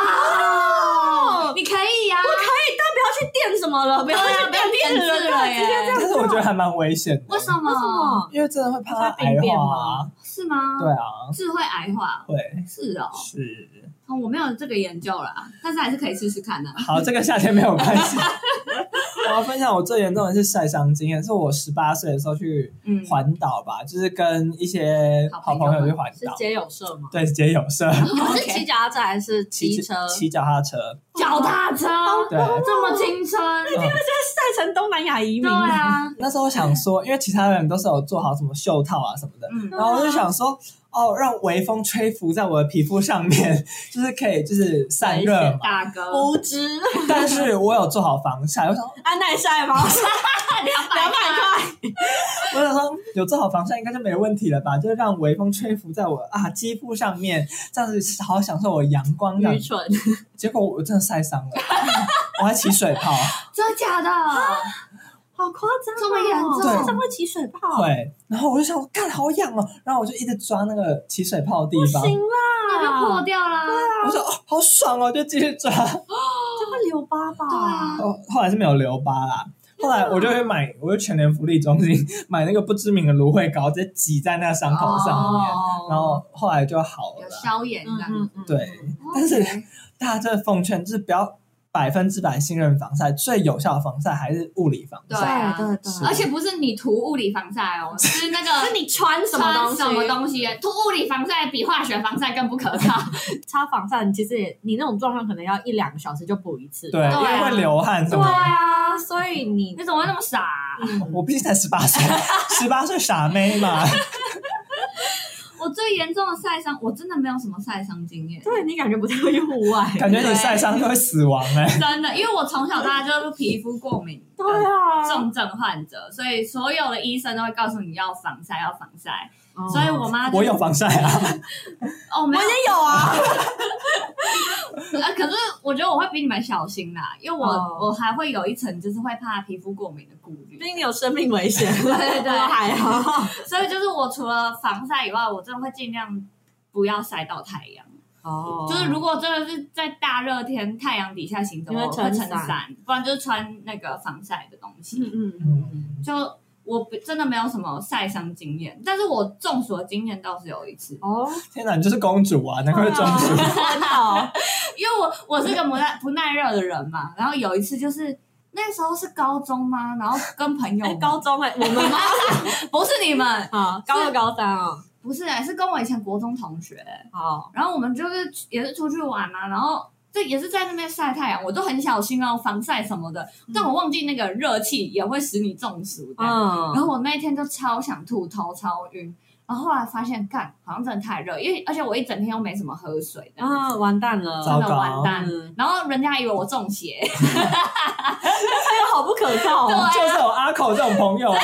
D: 你可以呀，
C: 不要去垫哎什么了，不要
D: 对
C: 去
D: 啊不要
C: 垫
D: 垫
C: 了，
D: 痣了
C: 对
D: 耶
C: 直接这样
B: 但
C: 子
B: 是我觉得还蛮危险的，
D: 为什
C: 为什
D: 么？
C: 么？
B: 因为真的会怕
C: 它
B: 它癌
C: 病变
B: 化啊
C: 吗。
D: 是吗？
B: 对，啊，
D: 痣会癌化，
B: 会
D: 是哦，
B: 是
D: 哦我没有这个研究啦，但是还是可以试试看的。
B: 好，这个夏天没有关系。我要分享我最严重的是晒伤经验，是我十八岁的时候去
D: 嗯，
B: 环岛吧，就是跟一些好
D: 好
B: 朋
D: 朋
B: 友
D: 友
B: 去环
C: 是
B: 岛，
C: 街友社吗？
B: 对，街友社，
C: 你们是
D: OK
C: 骑脚踏车还是骑
B: 骑
C: 车？
B: 骑脚踏车，
D: 脚踏车，
B: 对。
D: 这么青春，
B: 嗯
C: 晒成东南亚移
D: 对啊，
B: 那时候我想说，因为其他人都是有做好什么袖套啊什么的，
D: 嗯，
B: 然后我就想说，哦，让微风吹拂在我的皮肤上面， 就是可以就是散热嘛。
D: 大哥，
C: 无知，
B: 但是我有做好防晒，我想，
C: 安耐晒 吗？
D: 两
C: 两百块，
B: 我想说有做好防晒应该就没问题了吧？就是让微风吹拂在我啊肌肤上面，这样子好好享受我阳光这样
C: 愚。蠢，
B: 结果我真的晒伤了， 我还起水泡，
D: 真的假的？
C: 好夸张哦，
D: 这么严重
C: 晒伤会起水泡，
B: 对。然后我就想，我干好痒哦，然后我就一直抓那个起水泡的地
C: 不
B: 方，
C: 行
D: 那就破
C: 啦，
D: 掉啦。
B: 我说哦好爽哦，就继续抓。
C: 这会留疤吧？
D: 对啊，
B: 哦，后来是没有留疤啦。后来我就会买，我就全联福利中心买那个不知名的芦荟膏，直接挤在那伤口上面，
C: 哦
B: 然后后来就好了
D: 有
B: 啦。
D: 消炎
C: 嗯
D: 的，
C: 嗯嗯，
B: 对，
D: 哦
B: 但是大家真的奉劝，就是不要百分之百信任防晒，最有效的防晒还是物理防
C: 对
D: 对
B: 晒。
D: 啊
C: 对对，
D: 而且不是你涂物理防晒哦，是那
C: 是
D: 个。
C: 你穿什么东
D: 穿
C: 西？
D: 什么东西？涂物理防晒比化学防晒更不可靠。
C: 擦防晒，你其实也你那种状况可能要一两个小时就补一次。
B: 对，因为
D: 啊
B: 会流汗什么的。
C: 啊，所以你
D: 你怎么会那么 傻啊？
B: 我毕竟才十八 岁，十八岁傻妹嘛。
D: 我最严重的晒伤，我真的没有什么晒伤经验。
C: 对你感觉不太会用户外。
B: 感觉你晒伤就会死亡哎、
D: 真的，因为我从小到大就是皮肤过敏，
C: 对啊，
D: 重症患者，所以所有的医生都会告诉你要防晒，要防晒。
C: 哦
D: 所以我妈就
B: 我有防晒啊，
D: 哦，没有
C: 我，也有啊，
D: 呃可是我觉得我会比你们小心啦，因为我、
C: 哦
D: 我还会有一层就是会怕皮肤过敏的顾虑
C: 毕，竟你有生命危 险。
D: 对对
C: 我还好。
D: 所以就是我除了防晒以外，我真的会尽量不要晒到太阳。
C: 哦
D: 就是如果真的是在大热天太阳底下行走，
C: 因为
D: 我会
C: 撑
D: 撑
C: 伞
D: 伞，不然就是穿那个防晒的东西。
C: 嗯嗯
B: 嗯，
D: 就我不真的没有什么晒伤经验，但是我中暑的经验倒是有一次，
C: 哦，
B: 天哪，你就是公主啊，难怪会中
D: 哦
B: 暑。
C: 很好，
D: 因为我我是个不耐不耐热的人嘛，然后有一次就是那时候是高中吗？然后跟朋 友
C: 哎
D: 们、
C: 高中哎，我们吗？
D: 不是你们，
C: 好，高二高三哦，
D: 不是、欸、是跟我以前国中同学、
C: 好，
D: 然后我们就是也是出去玩嘛、然后这也是在那边晒太阳，我都很小心哦，防晒什么的，
B: 嗯
D: 但我忘记那个热气也会使你中暑的。然
C: 嗯，
D: 后我那一天就超想吐，头超晕。然后后来发现，干，好像真的太热，因为而且我一整天又没怎么喝水，然后
C: 啊，完蛋了，
B: 嗯糟
D: 真
B: 糕
D: 的完蛋。
C: 嗯，
D: 然后人家还以为我中邪，
C: 这个好不可靠哦，
B: 就是有阿口这种朋友啊，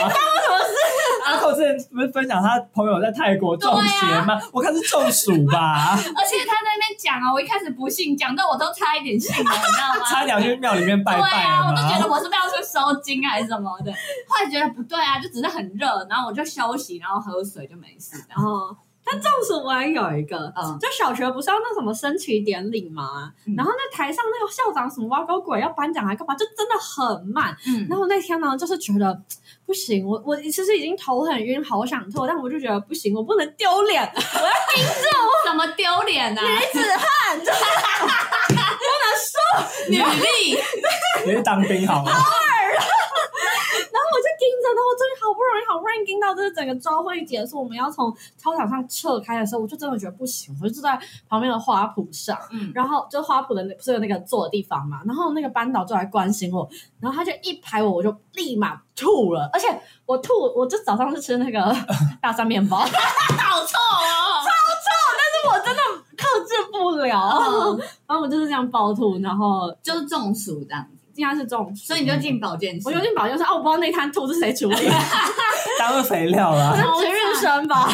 B: 阿口之前不是分享他朋友在泰国中邪吗？
D: 啊
B: 我看是中暑 吧，
D: 而且他在那边讲啊，我一开始不信，讲到我都差一点信了，你知道吗？
B: 差点去庙里面拜
D: 对
B: 拜
D: 啊，
B: 了
D: 我都觉
B: 嘛。
D: 得我是不是要去收精还是什么的，后来觉得不对啊，就只是很热，然后我就休息，然后喝水就没事了。
C: 哦，但中暑我还有一个，
D: 嗯
C: 就小学不是要那什么升旗典礼吗？
D: 嗯
C: 然后那台上那个校长什么挖沟鬼要颁奖还干嘛，就真的很慢。
D: 嗯
C: 然后那天呢，就是觉得不行，我我其实已经头很晕，好想吐，但我就觉得不行，我不能丢脸，
D: 怎么丢脸呢、啊？
C: 女子 汉，就
D: 女力，
B: 你去当兵 好了，
C: 然后我就盯着，然后我真的好不容易好不容易盯到，就是整个招会结束，我们要从操场上撤开的时候，我就真的觉得不行，我就坐在旁边的花圃上。
D: 嗯，
C: 然后就花圃的那不是有那个坐的地方嘛，然后那个班导就来关心我，然后他就一排我，我就立马吐了，而且我吐，我就早上是吃那个 大蒜面包， 但
D: 好臭
C: 是
D: 哦！
C: 我真的克制不了，然后我就是这样暴吐，然后
D: 就是中暑这样子，
C: 应该是中暑，
D: 所以你就进保健室。
C: 我有点保就说啊，我不知道那摊吐是谁处理的，
B: 当个肥料啦。
C: 是值日生吧，
D: 好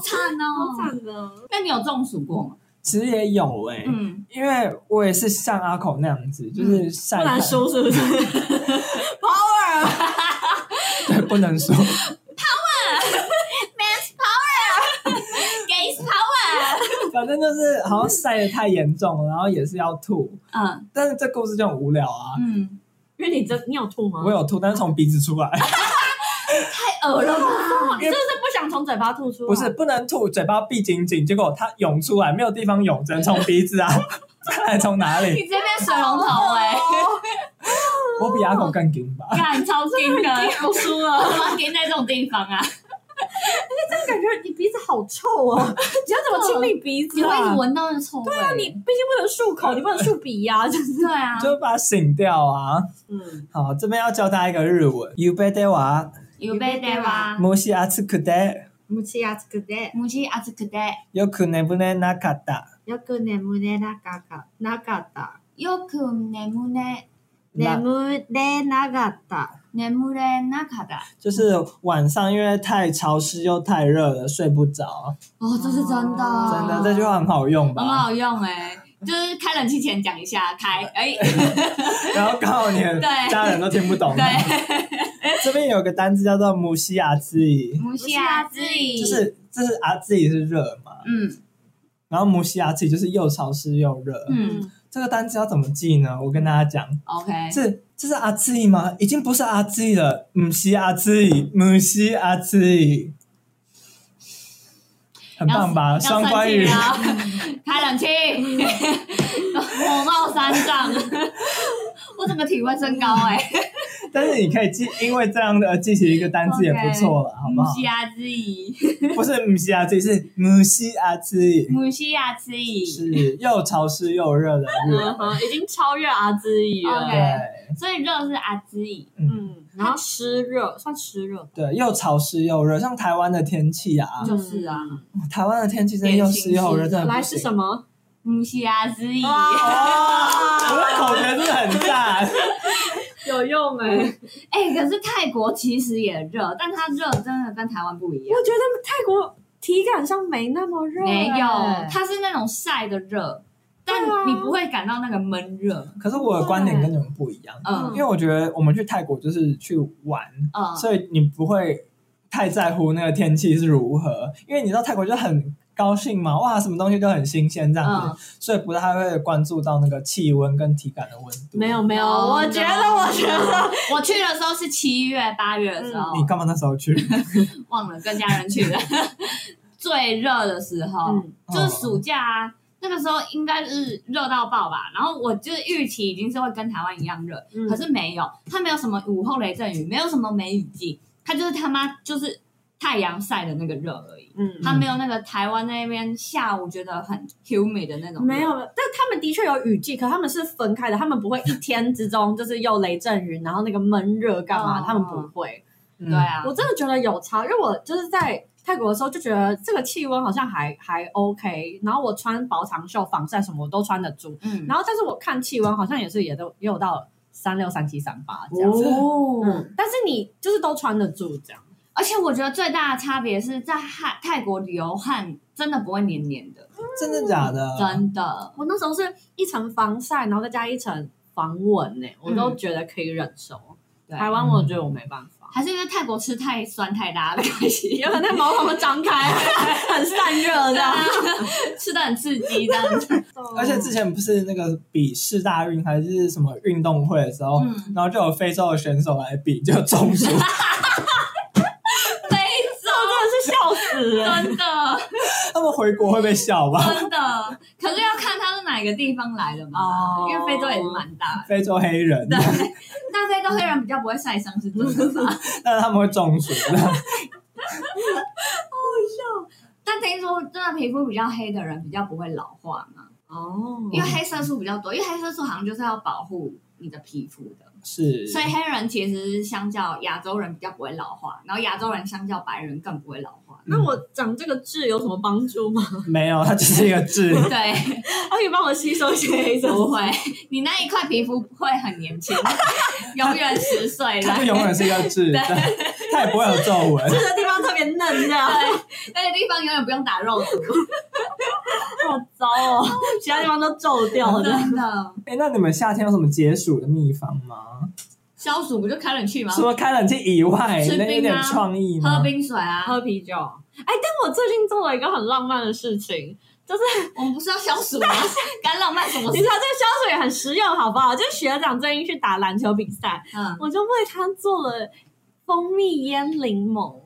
D: 惨哦！
C: 的，
D: 那你有中暑过吗？
B: 其实也有哎、
D: 嗯，
B: 因为我也是像阿口那样子，就是晒
C: 不
B: 太
C: 能
B: 阳，
C: 输是不是？
B: 对，不能说。
D: 给死
B: 反正就是好像晒的太严重了，然后也是要吐。
D: 他！嗯
B: 但是这故事就很无聊啊。
D: 嗯，
C: 因为你真你有吐吗？
B: 我有吐，但是从鼻子出来，
D: 太恶了吧！
C: 你是不是不想从嘴巴吐出来？
B: 不是不能吐，嘴巴闭紧紧，结果它涌出来，没有地方涌，只能从鼻子啊。 看从哪
D: 你
B: 里？
D: 直接变水龙头哎、
B: 我比阿口更硬 吧？
D: 干超惊 的，
C: 我输了。
D: 干嘛停在这种地方啊？
C: 感觉你鼻子好臭哦，你要怎么清理鼻子
D: 你会一
C: 啊？
D: 直闻到那臭味？对啊
C: 你毕竟不能漱口，你不能漱鼻呀、就是
D: 对啊，
B: 就把它醒掉啊！
C: 嗯，
B: 好，这边要教大家一个日文。ゆべでは
D: 有被带吧？
B: もし暑くて
C: 母亲呀，这个的，
D: 母鸡阿兹克带，
B: よく眠れなかった
C: 要跟内木内那嘎嘎那嘎达，
D: よく眠れ
C: 内
B: 那
C: 木内那嘎达，
D: 眠れなかった。
B: 就是晚上因为太潮湿又太热了，睡不着。
D: 哦，这是真的，
B: 真的，这句话很好用
D: 很
B: 吧？
D: 好用哎、就是开冷气前讲一下， 开哎、
B: 然后刚好你的
D: 对
B: 家人都听不懂。
D: 对，
B: 这边有个单字叫做母西阿兹伊，
D: 母鸡阿兹里，
B: 就是就是阿兹伊是热嘛，
D: 嗯
B: 然后母西阿兹伊就是又潮湿又热。
D: 嗯
B: 这个单字要怎么记呢？我跟大家讲，
D: ，OK，
B: 这这是阿兹伊吗？已经不是阿兹伊了，母西阿兹伊，母啊西阿兹伊，很棒吧？
D: 要啊
B: 双关语。
D: 要生气 了开冷气，火冒三丈，我整个体温升高哎、欸，
B: 但是你可 以记，因为这样的呃而记起一个单字也不错了，好不好
D: 母？鸡阿兹里，
B: 不是母西阿兹伊，是母西阿兹伊，
D: 母鸡阿兹里，
B: 是又潮湿又热的
C: 嗯
B: 热。
C: 哼，已经超越阿兹语了。
D: 嗯 OK
B: 对。
D: 所以热是阿兹里，
C: 嗯，然后湿热算湿热，
B: 对，又潮湿又热，像台湾的天气啊，
D: 就是啊，
B: 台湾的天气真的又湿又热，真的
C: 来是什
B: 么？
C: 么？
D: 母鸡阿兹里，
C: 啊
B: 哦，我的口诀真的很赞，
C: 有用哎、
D: 哎、可是泰国其实也热，但它热真的跟台湾不一样。
C: 我觉得泰国体感上没那么热、
D: 没有
C: 哎，
D: 它是那种晒的热，但
C: 对啊
D: 你不会感到那个闷热。
B: 可是我的观点跟你们不一样，因
D: 嗯
B: 为我觉得我们去泰国就是去玩，
D: 嗯，
B: 所以你不会太在乎那个天气是如何，因为你到泰国就很高兴嘛，哇，什么东西都很新鲜这样子，
D: 嗯
B: 所以不太会关注到那个气温跟体感的温度。
C: 没有没有，
D: No,
C: 我
D: no
C: 觉得我觉得
D: 嗯我去的时候是七月八月的时候，
B: 你
C: 嗯
B: 干嘛那时候去？
D: 忘了 跟家人去的，最热的时候、
C: 嗯
D: 就是暑假啊。那个时候应该是热到爆吧，然后我就是预期已经是会跟台湾一样热，
C: 嗯
D: 可是没有，它没有什么午后雷阵雨，没有什么梅雨季，它就是他妈就是太阳晒的那个热而已，
C: 嗯
D: 它没有那个台湾那边下午觉得很 humid 的那种热，
C: 没有，但他们的确有雨季，可他们是分开的，他们不会一天之中就是又雷阵雨，然后那个闷热干嘛，
D: 哦
C: 他们不会。
B: 嗯
D: 对啊，
C: 我真的觉得有差，因为我就是在泰国的时候就觉得这个气温好像还还 OK，然后我穿薄长袖、防晒什么我都穿得住，
D: 嗯，
C: 然后但是我看气温好像也是也都也有到三六、三七、三八这样。
D: 哦
C: 嗯，但是你就是都穿得住这样，
D: 而且我觉得最大的差别是在泰泰国流汗真的不会黏黏的，
B: 真的假的？
C: 嗯
D: 真的。
C: 我那时候是一层防晒，然后再加一层防蚊呢、欸我都觉得可以忍受。
D: 对
C: 台湾
B: 嗯
C: 我觉得我没办法。
D: 还是因为泰国吃太酸太辣的关系，
C: 有可能那毛孔都张开， 很散热这样。
D: 吃的很刺激这样子。
C: 啊
B: 而且之前不是那个比世大运还是什么运动会的时
C: 哦
B: 候，
D: 嗯
B: 然后就有非洲的选手来比，就中 暑。
C: 我真的是笑死了。
D: 真的，
B: 他们回国会被笑吧？
D: 真的，可是要看他是哪个地方来的嘛，
C: 哦
D: 因为非洲也是蛮大的。
B: 非洲黑人，
D: 对，那非洲黑人比较不会晒伤是真的吧？
B: 但是他们会中暑。
D: 但听说真的皮肤比较黑的人比较不会老化嘛，
C: 哦。
D: 因为黑色素比较多，因为黑色素好像就是要保护你的皮肤的。
B: 是，
D: 所以黑人其实相较亚洲人比较不会老化，然后亚洲人相较白人更不会老化
C: 那我长这个痣有什么帮助吗？
B: 嗯没有，它只是一个 痣。
D: 对，
C: 它可以帮我吸收一些 黑色
D: 不
C: 素。
D: 会，你那一块皮肤会很年轻， 永远十岁
B: 它
D: 了
B: 就。永远是一个痣， 对，它也不会有皱纹。
C: 这个地方特别嫩，这样
D: 对，那个地方永远不用打 肉毒，
C: 好糟哦，啊其他地方都皱 掉了。
D: 真的。
B: 哎，那你们夏天有什么解暑的秘方吗？
D: 消暑不就开冷气吗
B: 除？了开冷气以外，
D: 吃冰啊
B: 那有点创意吗
D: 喝？冰水啊！
C: 喝啤酒，哎，但我最近做了一个很浪漫的事情，
D: 我们不是要消暑吗？干浪漫什么
C: 你
D: 事
C: 知？道这个香水很实用，好不好？就是学长最近去打篮球比赛，
D: 嗯，
C: 我就为他做了蜂蜜腌柠檬，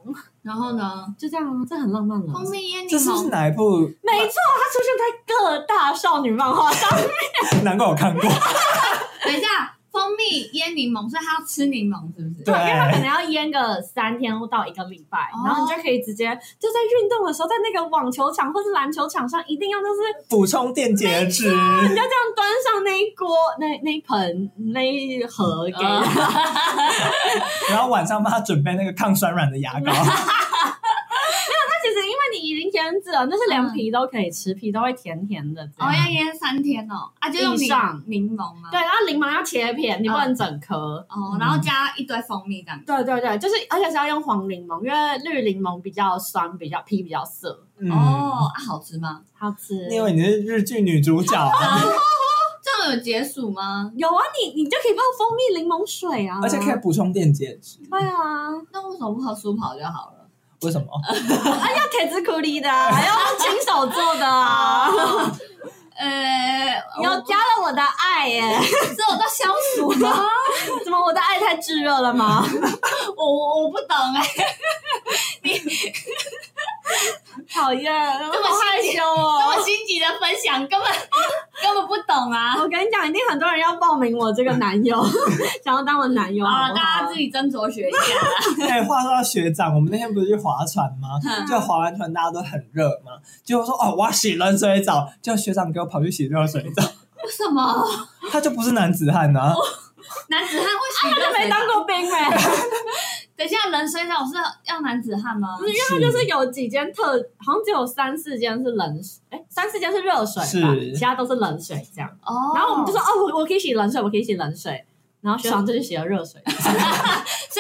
D: 然后呢？
C: 就这样，啊这很浪漫了。
D: 蜂蜜烟柠
B: 这是不是
D: 檬，
B: 哪一部？
C: 没错，它出现在各大少女漫画上。
B: 难怪我看 过。
D: 等一下，蜂蜜烟柠檬，所以他要吃柠檬是不是？
B: 对
C: 因为它可能要腌个三天到一个礼拜，
D: 哦
C: 然后你就可以直接就在运动的时候，在那个网球场或是篮球场上，一定要就是
B: 补充电解质，
C: 你要这样端上那一锅、那那一盆、那一盒给
D: 哦
C: 他。
B: 然后晚上帮他准备那个抗酸软的牙膏。
C: 那其实因为你已经腌制了，就是连皮都可以吃，皮都会甜甜的。这
D: 哦，
C: 样
D: 要腌三天哦，啊，就用
C: 以上
D: 柠柠檬吗？啊
C: 对，然后柠檬要切片，你不能整颗。
D: 哦，然后加一堆蜂蜜这样。
C: 对对对，就是而且是要用黄柠檬，因为绿柠檬比较酸，比较皮比较涩，
B: 嗯，
D: 哦，啊，好吃吗？
C: 好吃。
B: 你以为你是日剧女主角啊？
D: 这样有解暑吗？
C: 有啊，你你就可以泡蜂蜜柠檬水啊，
B: 而且可以补充电解质，
C: 对啊，
D: 那为什么不喝苏跑就好了？
B: 为 什么？
C: 要铁子苦力的 啊，要亲手做的 啊，
D: 呃，
C: 有
D: 我
C: 加了我的爱耶、
D: 这我到消暑吗？
C: 怎么我的爱太炙热了吗？
D: 我 我我不懂哎，
C: 讨厌，这
D: 么
C: 害羞
D: 跟
C: 哦
D: 我。心急的分享根本根本不懂啊！
C: 我跟你讲，一定很多人要报名我这个男 友，想要当我男友好
D: 啊，
C: 不
D: 大
C: 好
D: 家自？己斟酌学一 下啦。
B: 哎、话说到学长，我们那天不是去划船吗？就划完船大家都很热嘛，结果说哦我要洗冷水澡，结果学长给我跑去洗热水 澡，
D: 为什么
B: 他就不是男子汉呐、啊，
D: 男子汉会洗
C: 啊他
D: 热
C: 就没
D: 水
C: 当
D: 澡？
C: 过兵哎、
D: 等一下，冷水澡是要男子汉吗
C: 不？是，因为他就是有几间特，好像只有三四间是冷水，哎、三四间是热水吧，
B: 是
C: 其他都是冷水这样。
D: 哦，
C: 然后我们就说，哦，我我可以洗冷水，我可以洗冷水。然后学长就去洗了热水，
D: 所以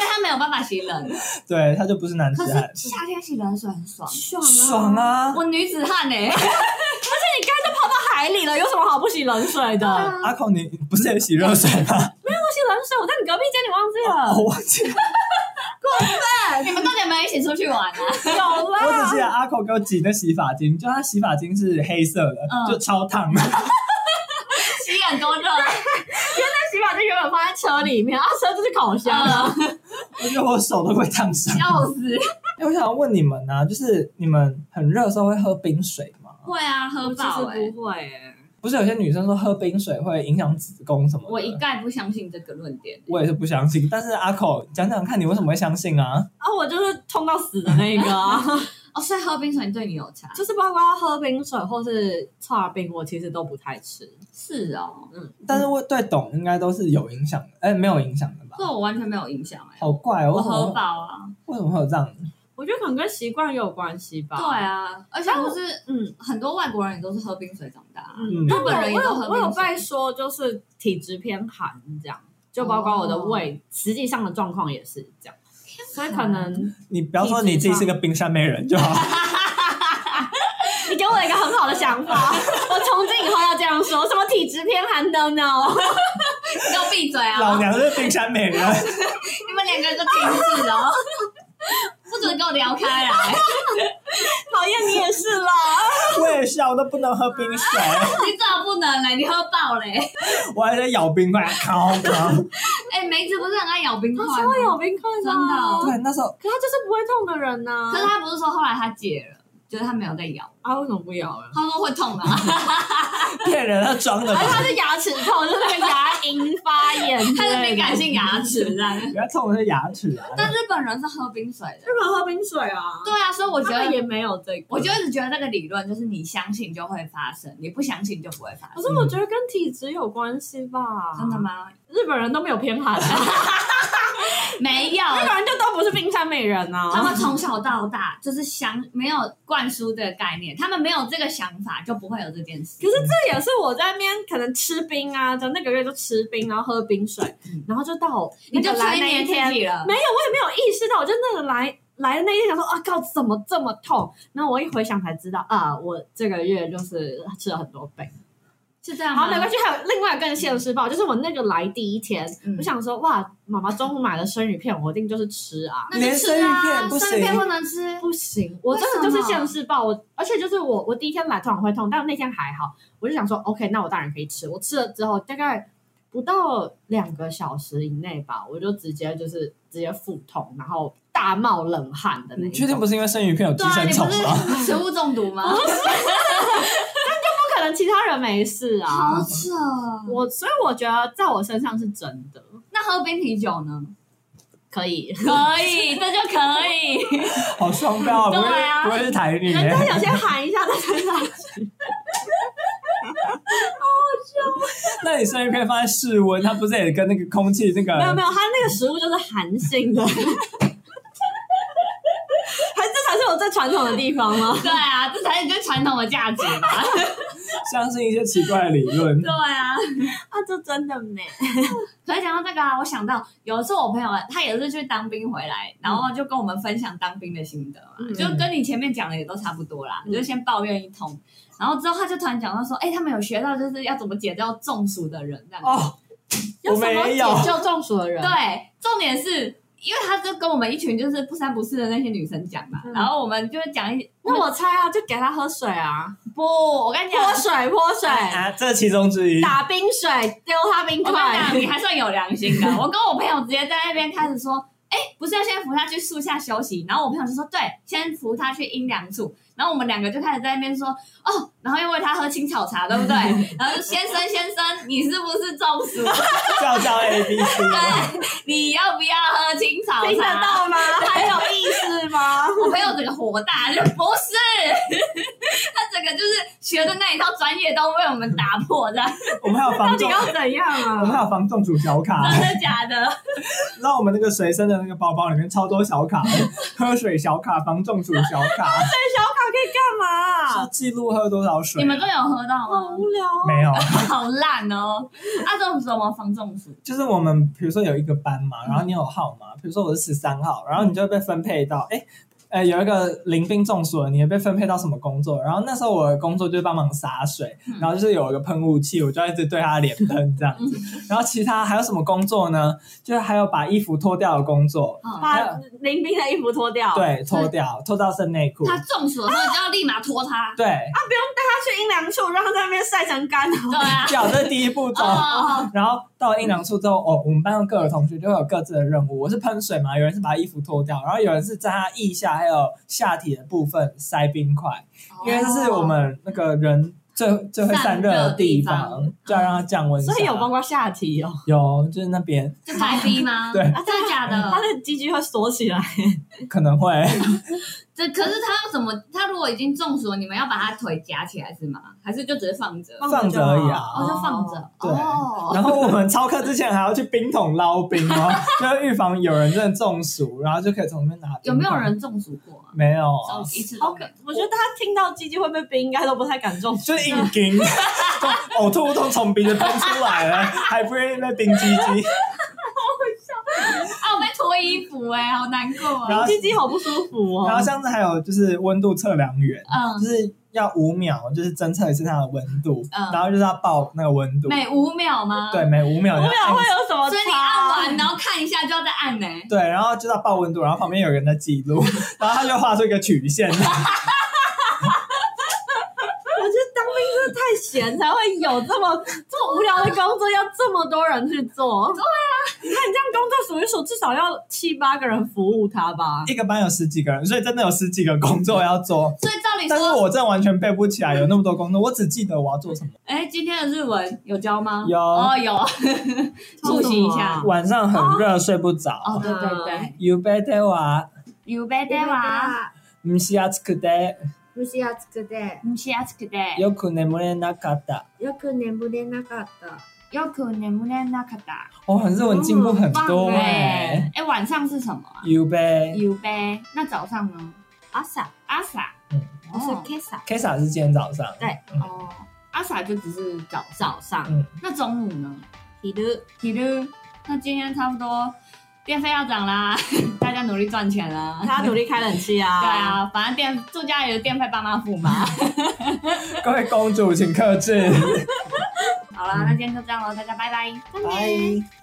D: 他没有办法洗冷，
B: 对他就不是男
D: 可
B: 子汉
D: 是，夏天洗冷水很爽。
C: 爽
B: 爽！啊！
D: 我女子汉 哎，
C: 海里了，有什么好不洗冷水的？我
B: 阿孔，你 不是也洗热水吗？啊
C: 洗冷水，我在你隔壁间，你忘记了？
B: 我忘记了，
C: 过啊
D: 你们到底有没有一起出去玩啊？
C: 有 啦，
B: 哦我只啊记得阿口给我挤那洗发精，就他洗发精是黑色的，
D: 嗯
B: 就超烫的。
D: 洗很多热，啊
C: 洗发精原本放在车里面，啊，车就是烤箱啊，
B: 我觉得我手都快烫伤。
C: 笑死！
B: 哎 我想问你们啊，就是你们很热的时候会喝冰水吗？
D: 会啊，喝爆哎、
C: 不会欸，
B: 不是有些女生说喝冰水会影响子宫什么的？
D: 我一概不相信这个论点。
B: 我也是不相信。但是阿口讲讲看，你为什么会相信啊？
C: 啊，我就是痛到死的那个啊，
D: 哦，所以喝冰水对你有差？
C: 就是包括喝冰水或是搓冰，我其实都不太吃。
D: 是哦，
B: 但是我对懂应该都是有影响的，哎、没有影响的吧
D: 对？我完全没有影响哎、
B: 好怪哦，
D: 我
B: 为什
D: 喝
B: 么
D: 饱啊，
B: 为什么会有这样？
C: 我觉得可能跟习惯也有关系
B: 哦
C: 吧。
D: 对，啊，而且不是
C: 嗯
D: 很多外国人也都是喝冰水长大啊、
B: 嗯
C: 嗯，
D: 日本人也都喝冰水
C: 我有我有被说就是体质偏寒这样，就包括我的胃，
D: 哦
C: 实际上的状况也是这样，所以可 能
B: 你不要说你自己是个冰山美人就好。
C: 你给我一个很好的想法，我从今以后要这样说，什么体质偏寒的呢？
D: 你给我闭嘴
B: 老
D: 啊！
B: 娘是冰山美人，
D: 你们两个人都停止 哦，不准跟我聊开 来。
C: 讨厌你也是啦，
B: 我也是啊，我都不能喝冰水，
D: 你怎么不能欸嘞？你喝爆嘞！
B: 我还在咬冰块， 靠靠。
D: 哎、梅子不 是很爱咬冰块吗？
C: 他会有冰块
D: 的
C: 真的，
B: 对，那时候
C: 可他就是不会痛的人呐
D: 可是他不是说后来他解了，就是他没有在咬，
C: 啊，为什么不咬了？
D: 他说会痛 啊。
B: 骗人，他装的吧
C: 而且？ 他是牙齿痛，就是那个牙龈发炎，
D: 他是敏感。性牙齿这样。
B: 人家痛的是牙齿啊。
D: 但日本人是喝冰水的，
C: 日本喝冰水啊，
D: 对啊，所以我
C: 我
D: 觉
C: 觉得
D: 得，
C: 也没有这个。
D: 我就一直觉得那个理论就是你相信就会发生，你不相信就不会发
C: 可
D: 生。
C: 是我觉得跟体质有关系吧？
D: 真的？吗？
C: 日本人都没有偏啊寒， 日
D: 没有，
C: 本人就都不是冰山美人
D: 他
C: 啊。
D: 们从小到大就是想没有灌输这个概念，他们没有这个想法，就不会有这件事。
C: 可是这也是我在那边可能吃冰啊，就那个月就吃冰，然后喝冰水，
D: 嗯
C: 然后就到我
D: 你
C: 那
D: 就
C: 个来
D: 催
C: 那一
D: 眠
C: 天
D: 自，己了
C: 没，有，我也没有意识到，我就那个来来的那一天想说啊靠，怎么这么痛？然后我一回想才知道啊，我这个月就是吃了很多冰。
D: 是这样
C: 好，
D: 吗？
C: 没关系，还有另外更现实报，就是我那个来第一天，
D: 嗯
C: 我想说哇，妈妈中午买的生鱼片，我一定就是吃啊。
D: 那就吃
B: 连生鱼
D: 啊，
B: 片不行
D: 生鱼片不能 吃。
C: 不行，我真的
D: 为
C: 就
D: 什
C: 是
D: 么
C: 现世报，我而且就是我，我第一天买通常会痛，但那天还好，我就想说，OK，那我当然可以吃。我吃了之后，大概不到两个小时以内吧，我就直接就是直接腹痛，然后大冒冷汗的那一
B: 你
C: 种。
B: 确定不是因为生鱼片有寄
D: 对啊，
B: 生
D: 你
B: 虫
D: 不
B: 吗？
D: 是食物中毒吗？
C: 不可能其他人没事
D: 好
C: 啊？
D: 扯。
C: 我所以我觉得在我身上是真的，
D: 那喝冰啤酒呢？
C: 可以。
D: 可以， 这就可以。
B: 好双标啊！不
D: 对啊
B: 会不会是台女？
C: 人家有些喊一下在身上，
B: 那你生鱼片放在室温，它不是也跟那个空气那个
C: 没有没有，它那个食物就是寒性的。还 是这才是我最传统的地方吗？
D: 对啊，这才是最传统的价值吧。
B: 相信一些奇怪的理论
D: 对？啊。
C: 啊，这真的美。
D: 可是讲到这个啊，我想到有一次我朋友他也是去当兵回来，然后就跟我们分享当兵的心得嘛，
C: 嗯
D: 就跟你前面讲的也都差不多啦，
C: 嗯
D: 就是先抱怨一通，然后之后他就突然讲到说，哎、他们有学到就是要怎么解救中暑的人这样子。
B: 哦，
C: 有
B: 我
C: 什么
B: 没有
C: 解救中暑的人？
D: 对，重点是。因为他就跟我们一群就是不三不四的那些女生讲嘛，
C: 嗯
D: 然后我们就会讲一
C: 那我猜啊，就给他喝水啊，
D: 不，我跟你讲，
C: 泼水泼水，
B: 啊，这其中之一。
C: 打冰水，丢他冰
D: 我跟你
C: 块
D: 讲，。你还算有良心 的。我跟我朋友直接在那边开始说，哎、不是要先扶他去树下休息？然后我朋友就说，对，先扶他去阴凉处。然后我们两个就开始在那边说，哦，然后又喂他喝青草茶，对 不对？然后就先生先生，你是不是中暑？
B: 教教 A B C，
D: 对，你要不要喝青草
C: 听得
D: 茶？
C: 到吗？还有意思 吗？
D: 我朋友整个火大，就不是，他整个就是学的那一套专业都被我们打破的，
B: 我们还有
C: 到
B: 防
C: 底
B: 中，
C: 要怎样啊？
B: 我们还有防中暑小卡，
D: 真的假的？
B: 让我们那个随身的那个包包里面超多 小卡，喝水小卡、防中暑小卡，
C: 干嘛
B: 是？记录喝多少水
D: 啊
B: 啊
D: 你。们都有喝到
C: 好
D: 吗？
C: 无聊哦。
B: 没有，
D: 好烂哦！啊，这种怎么防中暑？
B: 就是我们比如说有一个班嘛，然后你有号码，比如说我是十三号，然后你就会被分配到，哎、呃，有一个临兵中暑了，你会被分配到什么工作？然后那时候我的工作就是帮忙洒水，
D: 嗯
B: 然后就是有一个喷雾器，我就要一直对他的脸喷这样子。
D: 嗯
B: 然后其他还有什么工作呢？就是还有把衣服脱掉的工作，
D: 哦，
C: 把林斌的衣服脱掉，他
B: 对，脱掉，脱掉剩内裤，
D: 他啊中暑的时候，你就要立马拖他。
B: 对，
C: 去阴凉处，让他在那边晒成干了。
D: 对啊，
B: 掉这是第一步骤。
D: 哦，
B: 然后到了阴凉处之后，哦，我们班上各个同学就会有各自的任务。我是喷水嘛，有人是把衣服脱掉，然后有人是在他腋下还有下体的部分塞冰块，因为这是我们那个人最最会散热的地
D: 散热
B: 方
D: 地方，
B: 就要让它降温下
C: 所
B: 来。
C: 以有包括下体哦，
B: 有，就是那边
D: 就排 B 吗？
B: 对
D: 啊真的假
C: 他
D: 的？
C: 的鸡鸡会缩起来，
B: 可能会
D: 这可是他要怎么？他如果已经中暑了，你们要把他腿夹起来是吗？还是就只是放着？
B: 放着而已
D: 哦，
B: 啊。
D: 就放着。
B: 对
D: 哦，
B: 然后我们操课之前还要去冰桶捞冰哦，就是预防有人真的中暑，然后就可以从那边拿。
D: 有没有？人中暑过啊？
B: 没有啊，
D: 中一次
C: 好
D: 都
C: 可
D: 没有。，
C: 我觉得他听到鸡鸡会被冰，应该都不太敢中暑。
B: 就是硬冰，就呕吐物都从鼻子喷出来了，还不愿意被冰鸡鸡。
D: 啊，我被脱衣服哎，好难过
B: 然
D: 啊
B: 后。
C: 鸡鸡好不舒服
B: 然后
C: 哦。
B: 像是还有就是温度测量员，
D: 嗯
B: 就，是要五秒就是侦测一次它的温度，
D: 嗯
B: 然后就是要报那个温度，
D: 每五秒吗？
B: 对，，每五秒
C: 五
B: 要
C: 秒会
B: 按
C: 有什么差？
D: 所以你啊按完，然后看一下就要再按欸呢。
B: 对，然后就要报温度，然后旁边有人在记录， 然后他就画出一个曲线，
C: 我觉得当兵真的太闲，才会有这么这么无聊的工作，要这么多人去做。对啊，你看你这样工作数一数，至少要七八个人服务他吧。
B: 一个班有十几个人，所以真的有十几个工作要做。
D: 所以照理
B: 但是
D: 说，
B: 我真的完全背不起来有那么多工作，我只记得我要做什么。
D: 哎，今天的日文有教吗？
B: 有
D: 哦，有， 复习一
C: 教什
D: 下
C: 么。
B: 晚上很热，睡不
D: 哦，
B: 着。
D: 对对对，
B: ゆうべでは
D: ゆうべでは
B: 蒸し暑くて
E: 蒸し暑くて
D: 蒸し暑くて
B: よく眠れなかった。
E: よく眠れなかった
D: よく眠れなかった。
B: 哦，很日文进步很多
D: 对
B: 哎。，
D: 哎，晚上是什么啊？
B: ゆうべ，
D: ゆうべ。那早上呢？
E: 朝
D: 朝。
B: 嗯
E: 不是
D: 哦
E: 今朝
B: K 傻是今天早上。
E: 对
D: 哦，朝就只是早
C: 早上
B: 嗯，
D: 那中午呢？
E: 昼
D: 昼。那今天差不多，电费要涨啦， 大家努力赚钱啦。
C: 他努力开冷气啊。
D: 对，啊，反正电住家里的电费爸妈付嘛。
B: 各位公主请克制。
D: 好啦，那今天就这样喽，大家拜拜，拜
B: 拜。